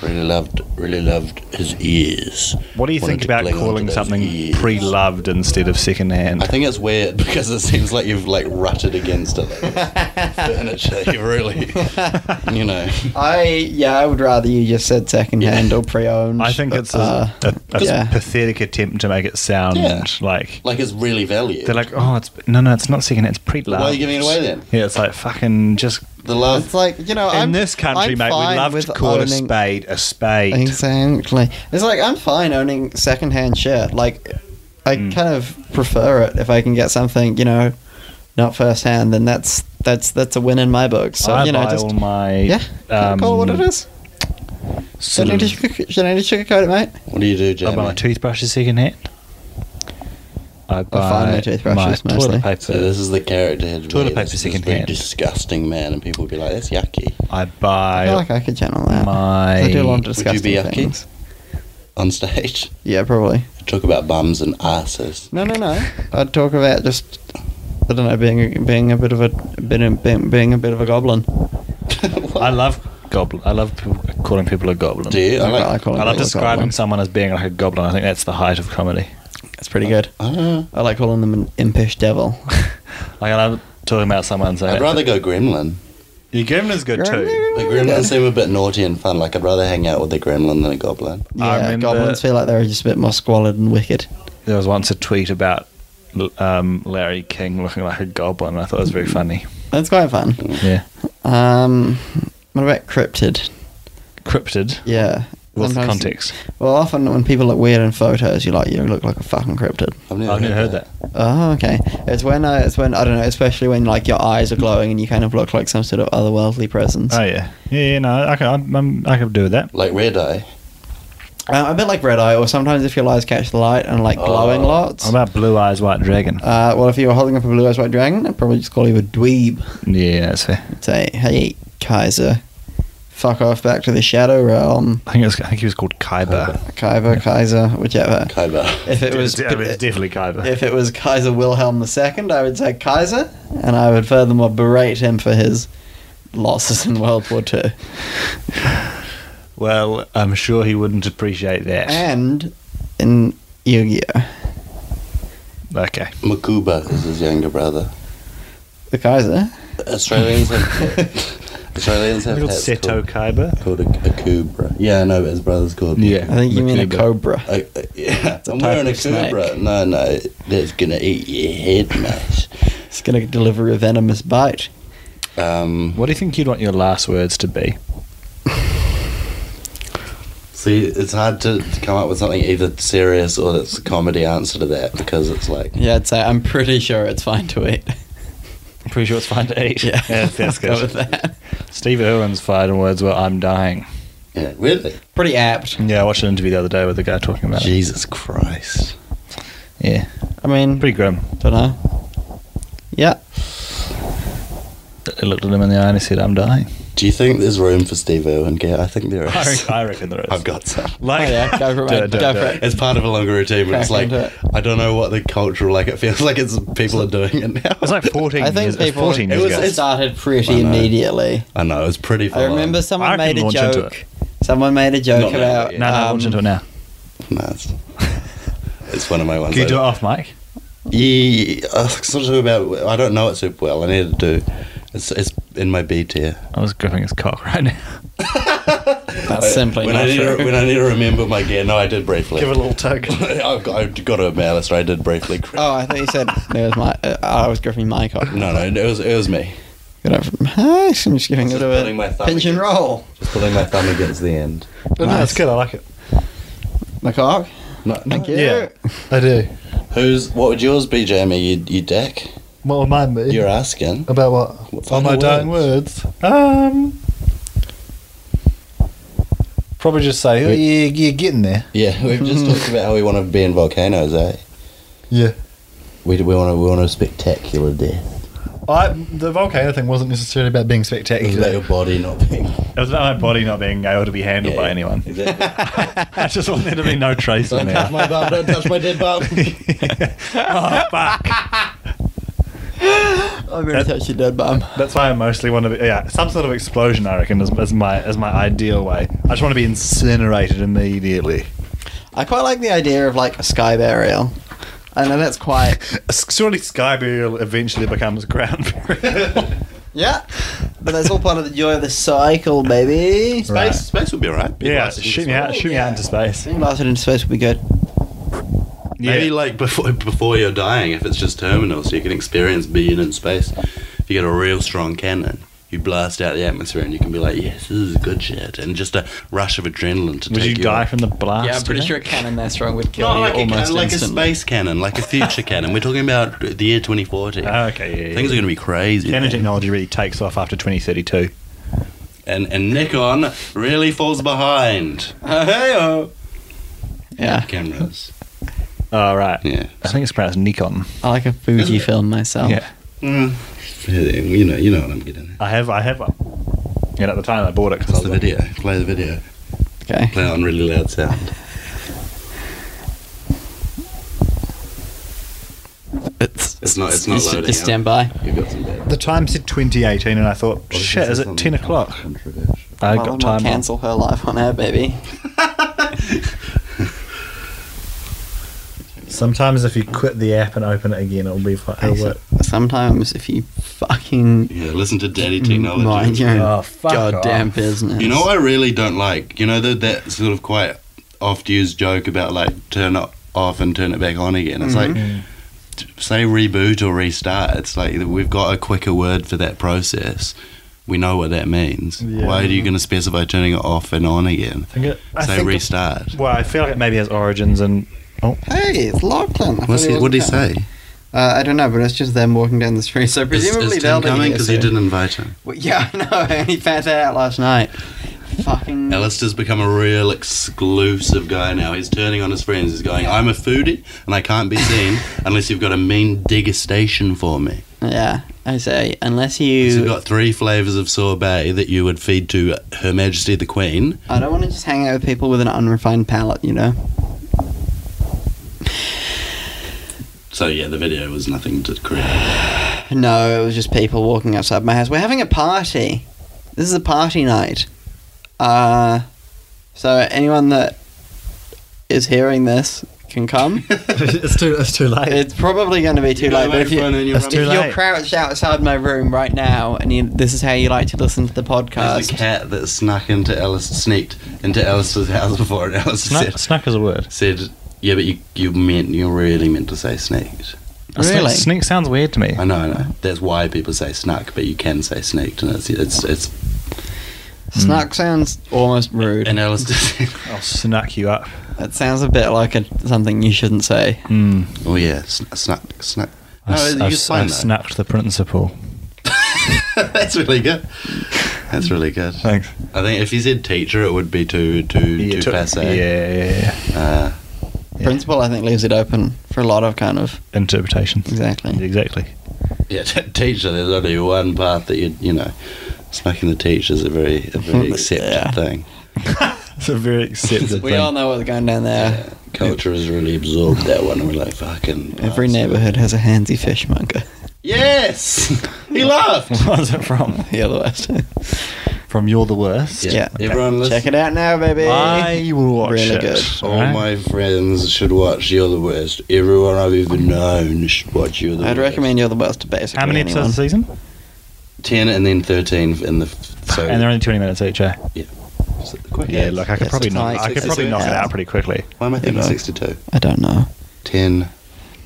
Speaker 2: really loved, really loved his ears.
Speaker 1: What do you
Speaker 2: Wanted
Speaker 1: think
Speaker 2: to
Speaker 1: about
Speaker 2: cling onto
Speaker 1: calling
Speaker 2: those
Speaker 1: something
Speaker 2: ears.
Speaker 1: pre-loved instead of
Speaker 2: I
Speaker 1: secondhand?
Speaker 2: think it's weird because it seems like you've like rutted against it, like furniture. You uh, really, you know,
Speaker 3: I yeah I would rather you just said secondhand
Speaker 2: Yeah.
Speaker 3: or pre-owned.
Speaker 1: I think it's a,
Speaker 3: Uh,
Speaker 1: a, a
Speaker 3: yeah.
Speaker 1: pathetic attempt to make it sound
Speaker 2: Yeah.
Speaker 1: like
Speaker 2: like it's really valued.
Speaker 1: they're like, oh, it's no, no, it's not secondhand, it's pre-loved.
Speaker 2: Why are you giving it away then?
Speaker 1: Yeah, it's like fucking just.
Speaker 2: The love.
Speaker 3: it's like you know
Speaker 1: In
Speaker 3: I'm,
Speaker 1: this country,
Speaker 3: I'm
Speaker 1: mate, we
Speaker 3: fine
Speaker 1: love
Speaker 3: with
Speaker 1: to call a
Speaker 3: owning-
Speaker 1: spade a spade.
Speaker 3: Exactly. It's like I'm fine owning secondhand shit. Like
Speaker 1: Mm.
Speaker 3: I kind of prefer it if I can get something, you know, not firsthand. Then that's that's that's a win in my book. So
Speaker 1: I
Speaker 3: you know,
Speaker 1: buy
Speaker 3: just
Speaker 1: all my
Speaker 3: yeah,
Speaker 1: um,
Speaker 3: call it what it is.
Speaker 1: sort
Speaker 3: Don't need, to
Speaker 1: of-
Speaker 3: sugar, don't need to sugarcoat it, mate.
Speaker 2: What do you do,
Speaker 1: I buy my
Speaker 2: Jamie?
Speaker 1: toothbrushes second hand. I buy
Speaker 3: my toothbrushes
Speaker 1: my
Speaker 3: mostly.
Speaker 1: toilet paper.
Speaker 2: So this is the character head.
Speaker 1: Toilet
Speaker 2: This
Speaker 1: paper
Speaker 2: is this
Speaker 1: second
Speaker 2: very
Speaker 1: hand.
Speaker 2: Disgusting man, and people would be like, "That's yucky."
Speaker 1: I
Speaker 3: I
Speaker 1: buy
Speaker 3: feel like I could channel that. 'Cause
Speaker 1: my.
Speaker 3: I do a lot of
Speaker 2: Would you
Speaker 3: disgusting
Speaker 2: be yucky?
Speaker 3: things.
Speaker 2: On stage,
Speaker 3: Yeah, probably.
Speaker 2: talk about bums and asses.
Speaker 3: No, no, no. I'd talk about just I don't know being a, being a bit of a being, being being a bit of a goblin.
Speaker 1: I love goblin. I love p- calling people a goblin.
Speaker 2: Do you? I
Speaker 3: Like,
Speaker 2: like.
Speaker 3: call
Speaker 1: I love
Speaker 3: people
Speaker 1: describing
Speaker 3: goblins.
Speaker 1: someone as being like a goblin. I think that's the height of comedy.
Speaker 3: It's pretty good.
Speaker 2: Uh,
Speaker 3: I like calling them an impish devil.
Speaker 1: Like I love talking about someone and saying,
Speaker 2: I'd rather go gremlin.
Speaker 1: "Your gremlin's good too."
Speaker 2: The gremlins seem a bit naughty and fun. Like I'd rather hang out with a gremlin than a goblin.
Speaker 1: I
Speaker 3: Yeah,
Speaker 1: remember-
Speaker 3: goblins feel like they're just a bit more squalid and wicked.
Speaker 1: There was once a tweet about um, Larry King looking like a goblin. I thought it was very funny.
Speaker 3: That's quite fun.
Speaker 1: Yeah,
Speaker 3: Um, what about cryptid?
Speaker 1: cryptid.
Speaker 3: Yeah.
Speaker 1: What's the
Speaker 3: Sometimes-
Speaker 1: context?
Speaker 3: Well, often when people look weird in photos, you're like, you look like a fucking cryptid.
Speaker 2: I've never,
Speaker 1: I've never heard that.
Speaker 3: Oh, okay. It's when uh, it's when I don't know, especially when like your eyes are glowing and you kind of look like some sort of otherworldly presence.
Speaker 1: Oh yeah, yeah, yeah no, I can, I'm, I'm, I can do with that.
Speaker 2: Like red eye.
Speaker 3: Uh, a bit like red eye, or sometimes if your eyes catch the light and like glowing
Speaker 2: Oh.
Speaker 3: lots.
Speaker 1: What about Blue Eyes White Dragon?
Speaker 3: Uh, well, if you were holding up a blue eyes white dragon, I'd probably just call you a dweeb.
Speaker 1: yeah, that's fair.
Speaker 3: Say, hey, Kaiser, fuck off back to the shadow realm.
Speaker 1: I think it was, I think he was called Kyber.
Speaker 3: Kaiba, Kaiser, whichever.
Speaker 2: Kaiba.
Speaker 3: If it was,
Speaker 1: I mean, it's definitely Kyber.
Speaker 3: If it was Kaiser Wilhelm II, I would say Kaiser, and I would furthermore berate him for his losses in World War II.
Speaker 1: Well, I'm sure he wouldn't appreciate that.
Speaker 3: And in Yu Gi Oh!
Speaker 1: Okay.
Speaker 2: Makuba is his younger brother.
Speaker 3: The Kaiser?
Speaker 2: Australians have. Australians have
Speaker 1: Called
Speaker 2: hats
Speaker 1: Seto
Speaker 2: called,
Speaker 1: Kyber.
Speaker 2: called a, a kubra. Yeah, I know, but his brother's called.
Speaker 1: Yeah.
Speaker 3: I think you mean a cobra.
Speaker 2: I, I- yeah,
Speaker 3: a
Speaker 2: I'm
Speaker 3: type
Speaker 2: wearing a
Speaker 3: of snake.
Speaker 2: cobra. No, no, that's gonna eat your head, mate.
Speaker 3: It's going to deliver a venomous bite.
Speaker 2: Um,
Speaker 1: What do you think you'd want your last words to be?
Speaker 2: see, it's hard to, to come up with something either serious or that's a comedy answer to that because it's like
Speaker 3: Yeah, I'd say I'm pretty sure it's fine to eat.
Speaker 1: I'm pretty sure it's fine to eat.
Speaker 3: Yeah,
Speaker 1: that's
Speaker 3: I'll go with
Speaker 1: good.
Speaker 3: that.
Speaker 1: Steve Irwin's final words were, "I'm dying."
Speaker 2: yeah, really.
Speaker 3: Pretty apt.
Speaker 1: Yeah, I watched an interview the other day with a guy talking about it.
Speaker 2: Jesus Christ.
Speaker 1: Yeah,
Speaker 3: I mean,
Speaker 1: pretty grim.
Speaker 3: don't know. Yeah.
Speaker 1: I looked at him in the eye and he said, "I'm dying."
Speaker 2: Do you think there's room for Steve Irwin? Yeah, I think there
Speaker 1: I,
Speaker 2: is.
Speaker 1: re- I reckon there is.
Speaker 2: I've got some.
Speaker 1: Like,
Speaker 3: Oh, yeah, go for it,
Speaker 1: Do
Speaker 3: mate.
Speaker 1: do
Speaker 3: Go
Speaker 1: do
Speaker 3: for it.
Speaker 2: It's part of a longer routine, but it's
Speaker 3: Crack
Speaker 2: like
Speaker 3: into it.
Speaker 2: I don't know what the cultural like. It feels like it's people are doing it now.
Speaker 1: It's like 14
Speaker 3: I think
Speaker 1: years, it's
Speaker 3: people-
Speaker 1: 14 years
Speaker 2: it was-
Speaker 1: ago.
Speaker 3: It started pretty
Speaker 2: I know.
Speaker 3: immediately.
Speaker 2: I know it's pretty.
Speaker 3: I
Speaker 2: full-on.
Speaker 3: remember
Speaker 1: I
Speaker 3: someone
Speaker 1: reckon
Speaker 3: made a
Speaker 1: launch into
Speaker 3: joke. Someone made a joke
Speaker 2: Not now,
Speaker 3: about
Speaker 2: yeah.
Speaker 1: No, no,
Speaker 3: um,
Speaker 1: launch into it now.
Speaker 2: No, it's, it's one of my ones.
Speaker 1: Can you
Speaker 2: I-
Speaker 1: do it off mic?
Speaker 2: Yeah, I sort of about. I don't know it super well. I need to do. It's it's in my B tier.
Speaker 1: I was gripping his cock right now.
Speaker 3: That's simply
Speaker 2: when
Speaker 3: not
Speaker 2: I need
Speaker 3: true.
Speaker 2: To, when I need to remember my gear. No, I did briefly.
Speaker 1: little tug.
Speaker 2: I've got, I've got to admit, Alistair, I did briefly.
Speaker 3: Oh, I thought you said there was my. Uh, I was gripping my cock.
Speaker 2: No, no, it was it was me.
Speaker 3: You know, from- I'm just giving
Speaker 2: Just
Speaker 3: it a
Speaker 2: putting my
Speaker 3: bit.
Speaker 2: thumb
Speaker 3: Pinch and
Speaker 2: against-
Speaker 3: roll.
Speaker 2: Just pulling my thumb against the end.
Speaker 1: No,
Speaker 3: Nice.
Speaker 1: it's good. I like it.
Speaker 3: My cock.
Speaker 2: No,
Speaker 3: Thank you.
Speaker 1: Yeah. I do.
Speaker 2: Who's? What would yours be, Jamie? You you dick?
Speaker 1: What would mine be?
Speaker 2: You're asking.
Speaker 1: About what?
Speaker 2: What
Speaker 1: On
Speaker 2: final
Speaker 1: my dying words? Um. Probably just say, oh, yeah, you're getting there.
Speaker 2: Yeah, we've just talked about how we want to be in volcanoes, eh?
Speaker 1: Yeah.
Speaker 2: We we want to we want a spectacular death.
Speaker 1: I, the volcano thing wasn't necessarily about being
Speaker 2: It was
Speaker 1: spectacular.
Speaker 2: about your body not being
Speaker 1: It was about my body not being able to be handled
Speaker 2: Yeah,
Speaker 1: by
Speaker 2: yeah.
Speaker 1: anyone.
Speaker 2: Exactly.
Speaker 1: I just want there to be no trace in
Speaker 2: Don't
Speaker 1: there.
Speaker 2: touch my bum, don't touch my dead bum.
Speaker 1: oh, fuck.
Speaker 3: I'm gonna touch your dead bum.
Speaker 1: That's why I mostly want to be. Yeah, some sort of explosion, I reckon, is, is my is my ideal way. I just want to be incinerated immediately.
Speaker 3: I quite like the idea of like a sky burial. I know that's quite.
Speaker 1: Surely sky burial eventually becomes ground burial.
Speaker 3: Yeah. But that's all part of the joy of the cycle, baby.
Speaker 1: Right.
Speaker 2: Space space would be alright. People
Speaker 1: yeah,
Speaker 2: like to do
Speaker 1: shoot me
Speaker 2: this
Speaker 1: out,
Speaker 2: one.
Speaker 1: shoot me out into space.
Speaker 3: Being blasted into space would be good.
Speaker 2: Maybe like before before you're dying, if it's just terminal, so you can experience being in space. If you get a real strong cannon, you blast out the atmosphere and you can be like, yes, this is good shit, and just a rush of adrenaline to
Speaker 1: Would you
Speaker 2: take you
Speaker 1: die from the blast?
Speaker 3: Yeah, I'm pretty
Speaker 1: you
Speaker 3: sure a cannon that strong would kill
Speaker 2: Not
Speaker 3: you
Speaker 2: like a,
Speaker 3: almost
Speaker 2: cannon, like a
Speaker 3: instantly.
Speaker 2: space cannon, like a future cannon. We're talking about the year 2040.
Speaker 1: think? Ah, okay, yeah, yeah.
Speaker 2: Things are going to be crazy.
Speaker 1: Cannon
Speaker 2: man.
Speaker 1: technology really takes off after 2032.
Speaker 2: And, and Nikon really falls behind. Hey,
Speaker 1: Ah.
Speaker 3: Yeah,
Speaker 2: cameras.
Speaker 1: All right.
Speaker 2: Yeah.
Speaker 1: I think it's pronounced Nikon.
Speaker 3: I like a Fuji film myself.
Speaker 1: Yeah.
Speaker 2: Mm. You know, you know what I'm getting. at.
Speaker 1: I have. I have one. And at the time I bought it because
Speaker 2: That's
Speaker 1: I
Speaker 2: the
Speaker 1: was
Speaker 2: video. Play the video.
Speaker 3: Okay.
Speaker 2: Play it on really loud sound.
Speaker 3: It's,
Speaker 2: It's not. It's not
Speaker 7: Just-
Speaker 2: loading.
Speaker 7: just
Speaker 2: up.
Speaker 7: stand by.
Speaker 2: You've got some bad.
Speaker 1: The time said 2018, and I thought,
Speaker 2: Well,
Speaker 1: shit,
Speaker 2: this
Speaker 1: is
Speaker 2: on
Speaker 1: it 10 o'clock?
Speaker 2: controversial.
Speaker 1: I
Speaker 3: well,
Speaker 1: got
Speaker 3: we'll
Speaker 1: time.
Speaker 3: cancel her life on air, baby.
Speaker 1: Sometimes if you quit the app and open it again, it'll be fine. It'll work.
Speaker 3: Sometimes if you fucking
Speaker 2: Yeah, listen to Daddy
Speaker 3: mind
Speaker 2: Technology.
Speaker 3: your
Speaker 1: Oh, fuck
Speaker 3: goddamn
Speaker 1: off.
Speaker 3: business.
Speaker 2: You know what I really don't like? You know that that sort of quite oft used joke about like turn it off and turn it back on again. It's like t- say reboot or restart. It's like we've got a quicker word for that process. We know what that means.
Speaker 1: Yeah.
Speaker 2: Why are you going to specify turning it off and on again?
Speaker 1: I think it, I
Speaker 2: Say
Speaker 1: think it-
Speaker 2: restart.
Speaker 1: well, I feel like it maybe has origins and. Oh,
Speaker 3: Hey, it's Lachlan. I
Speaker 2: What's
Speaker 3: thought
Speaker 2: he, what did he
Speaker 3: wasn't coming.
Speaker 2: say?
Speaker 3: Uh, I don't know, but it's just them walking down the street. So
Speaker 2: Is,
Speaker 3: presumably
Speaker 2: is
Speaker 3: they'll
Speaker 2: Tim coming? Because you didn't invite him.
Speaker 3: Well, yeah, I know. I only found that out last night. Fucking.
Speaker 2: Alistair's become a real exclusive guy now. He's turning on his friends. He's going, I'm a foodie and I can't be seen unless you've got a mean degustation for me.
Speaker 3: Yeah, I say unless
Speaker 2: So you've
Speaker 3: you.
Speaker 2: got three flavours of sorbet that you would feed to Her Majesty the Queen.
Speaker 3: I don't want to just hang out with people with an unrefined palate, you know.
Speaker 2: So, yeah, the video was nothing to create.
Speaker 3: No, it was just people walking outside my house. We're having a party. This is a party night. Uh, so anyone that is hearing this can come.
Speaker 1: it's too it's too late.
Speaker 3: it's probably going to be too late. But if, you,
Speaker 1: That's too
Speaker 3: if you're
Speaker 1: late.
Speaker 3: crouched outside my room right now, and you, this is how you like to listen to the
Speaker 2: There's a
Speaker 3: podcast,
Speaker 2: cat that snuck into Alistair, sneaked into Alistair's house before, and Alistair
Speaker 1: Snuck,
Speaker 2: said,
Speaker 1: snuck is a word.
Speaker 2: said, yeah, but you, you meant, you really meant to say sneaked.
Speaker 1: Sneak,
Speaker 3: Really?
Speaker 1: sneak sounds weird to me.
Speaker 2: I know, I know. That's why people say snuck, but you can say sneaked, and it's it's it's
Speaker 1: Hmm.
Speaker 3: snuck sounds almost rude.
Speaker 2: an Alistair.
Speaker 1: I'll snuck you up.
Speaker 3: It sounds a bit like a, something you shouldn't say.
Speaker 1: Mm.
Speaker 2: oh yeah, sn- snuck, snuck.
Speaker 1: I, s-
Speaker 2: No,
Speaker 1: I
Speaker 2: you
Speaker 1: s- I
Speaker 2: find that.
Speaker 1: snucked the principal.
Speaker 2: That's really good. That's really good.
Speaker 1: Thanks.
Speaker 2: I think if you said teacher, it would be too too
Speaker 1: Yeah,
Speaker 2: too
Speaker 1: took-
Speaker 2: passe.
Speaker 1: yeah, yeah, yeah.
Speaker 2: Uh,
Speaker 1: Yeah.
Speaker 3: Principle, I think, leaves it open for a lot of kind of
Speaker 1: Interpretations.
Speaker 3: Exactly.
Speaker 1: Exactly.
Speaker 2: yeah. T- teacher. There's only one part that you you know. Snucking the teacher is a very a very accepted
Speaker 3: Yeah.
Speaker 2: thing.
Speaker 1: It's a very accepted
Speaker 3: We all know what's going down there.
Speaker 2: Culture has really absorbed that one, and we're like fucking.
Speaker 3: Every
Speaker 2: bastard.
Speaker 3: neighborhood has a handsy fishmonger.
Speaker 2: Yes, he laughed.
Speaker 1: What's it from?
Speaker 3: the other West.
Speaker 1: From You're the Worst.
Speaker 3: Yeah.
Speaker 2: Everyone, listen.
Speaker 3: Check it out now, baby.
Speaker 1: I will watch
Speaker 3: Really
Speaker 1: it.
Speaker 3: good.
Speaker 2: All
Speaker 1: Alright.
Speaker 2: my friends should watch You're the Worst. Everyone I've ever known should watch You're the
Speaker 3: I'd
Speaker 2: Worst.
Speaker 3: recommend you're the worst to basically
Speaker 1: How many
Speaker 3: anyone.
Speaker 1: episodes a season?
Speaker 2: 10 and then 13 in the. f- So,
Speaker 1: And they're only 20 minutes each, eh?
Speaker 2: so quick
Speaker 1: Yeah,
Speaker 2: ads.
Speaker 1: like I could
Speaker 3: Yes,
Speaker 1: probably
Speaker 3: it's
Speaker 1: knock,
Speaker 3: like
Speaker 1: I could
Speaker 3: 60
Speaker 1: probably knock it
Speaker 3: minutes.
Speaker 1: out pretty quickly.
Speaker 2: Why am I thinking
Speaker 3: Yeah.
Speaker 2: 62?
Speaker 3: I don't know.
Speaker 2: 10.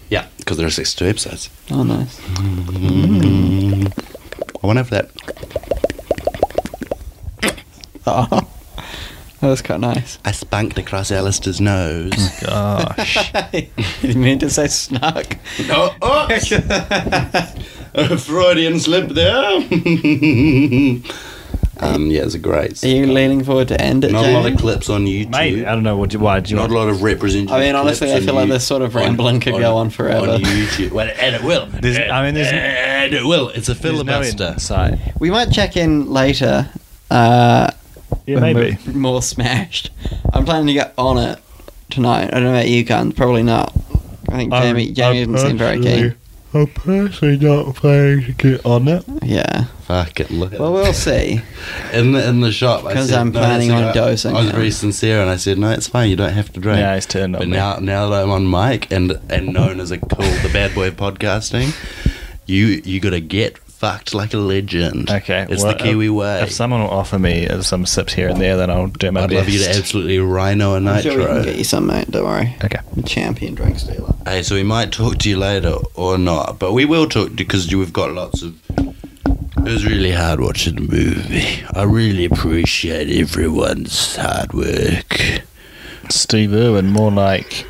Speaker 2: Yeah, because there are 62 episodes.
Speaker 3: Oh, nice.
Speaker 2: I wonder if that.
Speaker 3: Oh, that was quite nice.
Speaker 2: I spunked across Alistair's nose.
Speaker 1: Gosh.
Speaker 3: you mean to say snuck?
Speaker 2: oh, oh! Freudian slip there. um, yeah, it's a great.
Speaker 3: Are you leaning forward to end it,
Speaker 2: Not a lot of
Speaker 3: Jamie?
Speaker 2: clips on YouTube.
Speaker 1: Mate, I don't know what, why do you
Speaker 2: Not a
Speaker 1: want
Speaker 2: lot of representation.
Speaker 3: I mean, honestly, I feel like this sort of rambling could go on forever.
Speaker 2: On YouTube. Well, and it will.
Speaker 1: There's- I mean, there's-
Speaker 2: and it will. It's a
Speaker 1: there's no
Speaker 2: filibuster.
Speaker 1: insight.
Speaker 3: We might check in later. Uh,
Speaker 1: Yeah,
Speaker 3: when
Speaker 1: maybe.
Speaker 3: we're more smashed. I'm planning to get on it tonight. I don't know about you, guns. Probably not. I think Jamie, Jamie doesn't seem very keen.
Speaker 1: I'm personally not planning to get on it.
Speaker 3: Yeah.
Speaker 2: Fuck it. Look. at
Speaker 3: Well,
Speaker 2: it.
Speaker 3: we'll see.
Speaker 2: in the in the shop, I
Speaker 3: 'Cause
Speaker 2: said,
Speaker 3: I'm
Speaker 2: no, that's
Speaker 3: planning
Speaker 2: it.
Speaker 3: on
Speaker 2: I-
Speaker 3: dosing
Speaker 2: I was
Speaker 3: now.
Speaker 2: very sincere, and I said, "No, it's fine. You don't have to drink."
Speaker 1: Yeah, it's turned
Speaker 2: But
Speaker 1: on me.
Speaker 2: now, now that I'm on mic and and known as a cool, the bad boy of podcasting, you you gotta get fucked like a legend.
Speaker 1: Okay.
Speaker 2: it's
Speaker 1: well, uh,
Speaker 2: the Kiwi
Speaker 1: if,
Speaker 2: way.
Speaker 1: If someone will offer me uh, some sips here and there, then I'll do my
Speaker 2: I'd
Speaker 1: best.
Speaker 2: love you to absolutely rhino a
Speaker 3: I'm sure we
Speaker 2: nitro.
Speaker 3: can get you some, mate. Don't worry.
Speaker 1: Okay.
Speaker 3: I'm a champion drink stealer.
Speaker 2: Hey, so we might talk to you later or not, but we will talk because you- we've got lots of It was really hard watching the movie. I really appreciate everyone's hard work.
Speaker 1: Steve Irwin, more like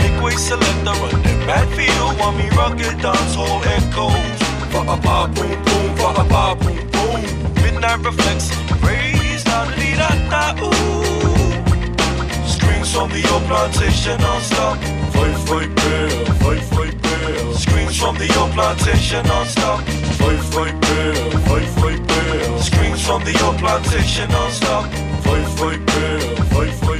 Speaker 8: Liquid selector on the mad field while me rugged dance hall echoes. Fa a ba boom boom, fa a ba boom boom. Midnight reflects, praise da da dee da da ooh. Screams from the old plantation non-stop. Fight, fight, bear, fight, fight, bear. Screams from the old plantation non-stop. Fight, fight, bear, fight, fight, bear. Screams from the old plantation non-stop. Fight, fight, bear, fight, fight,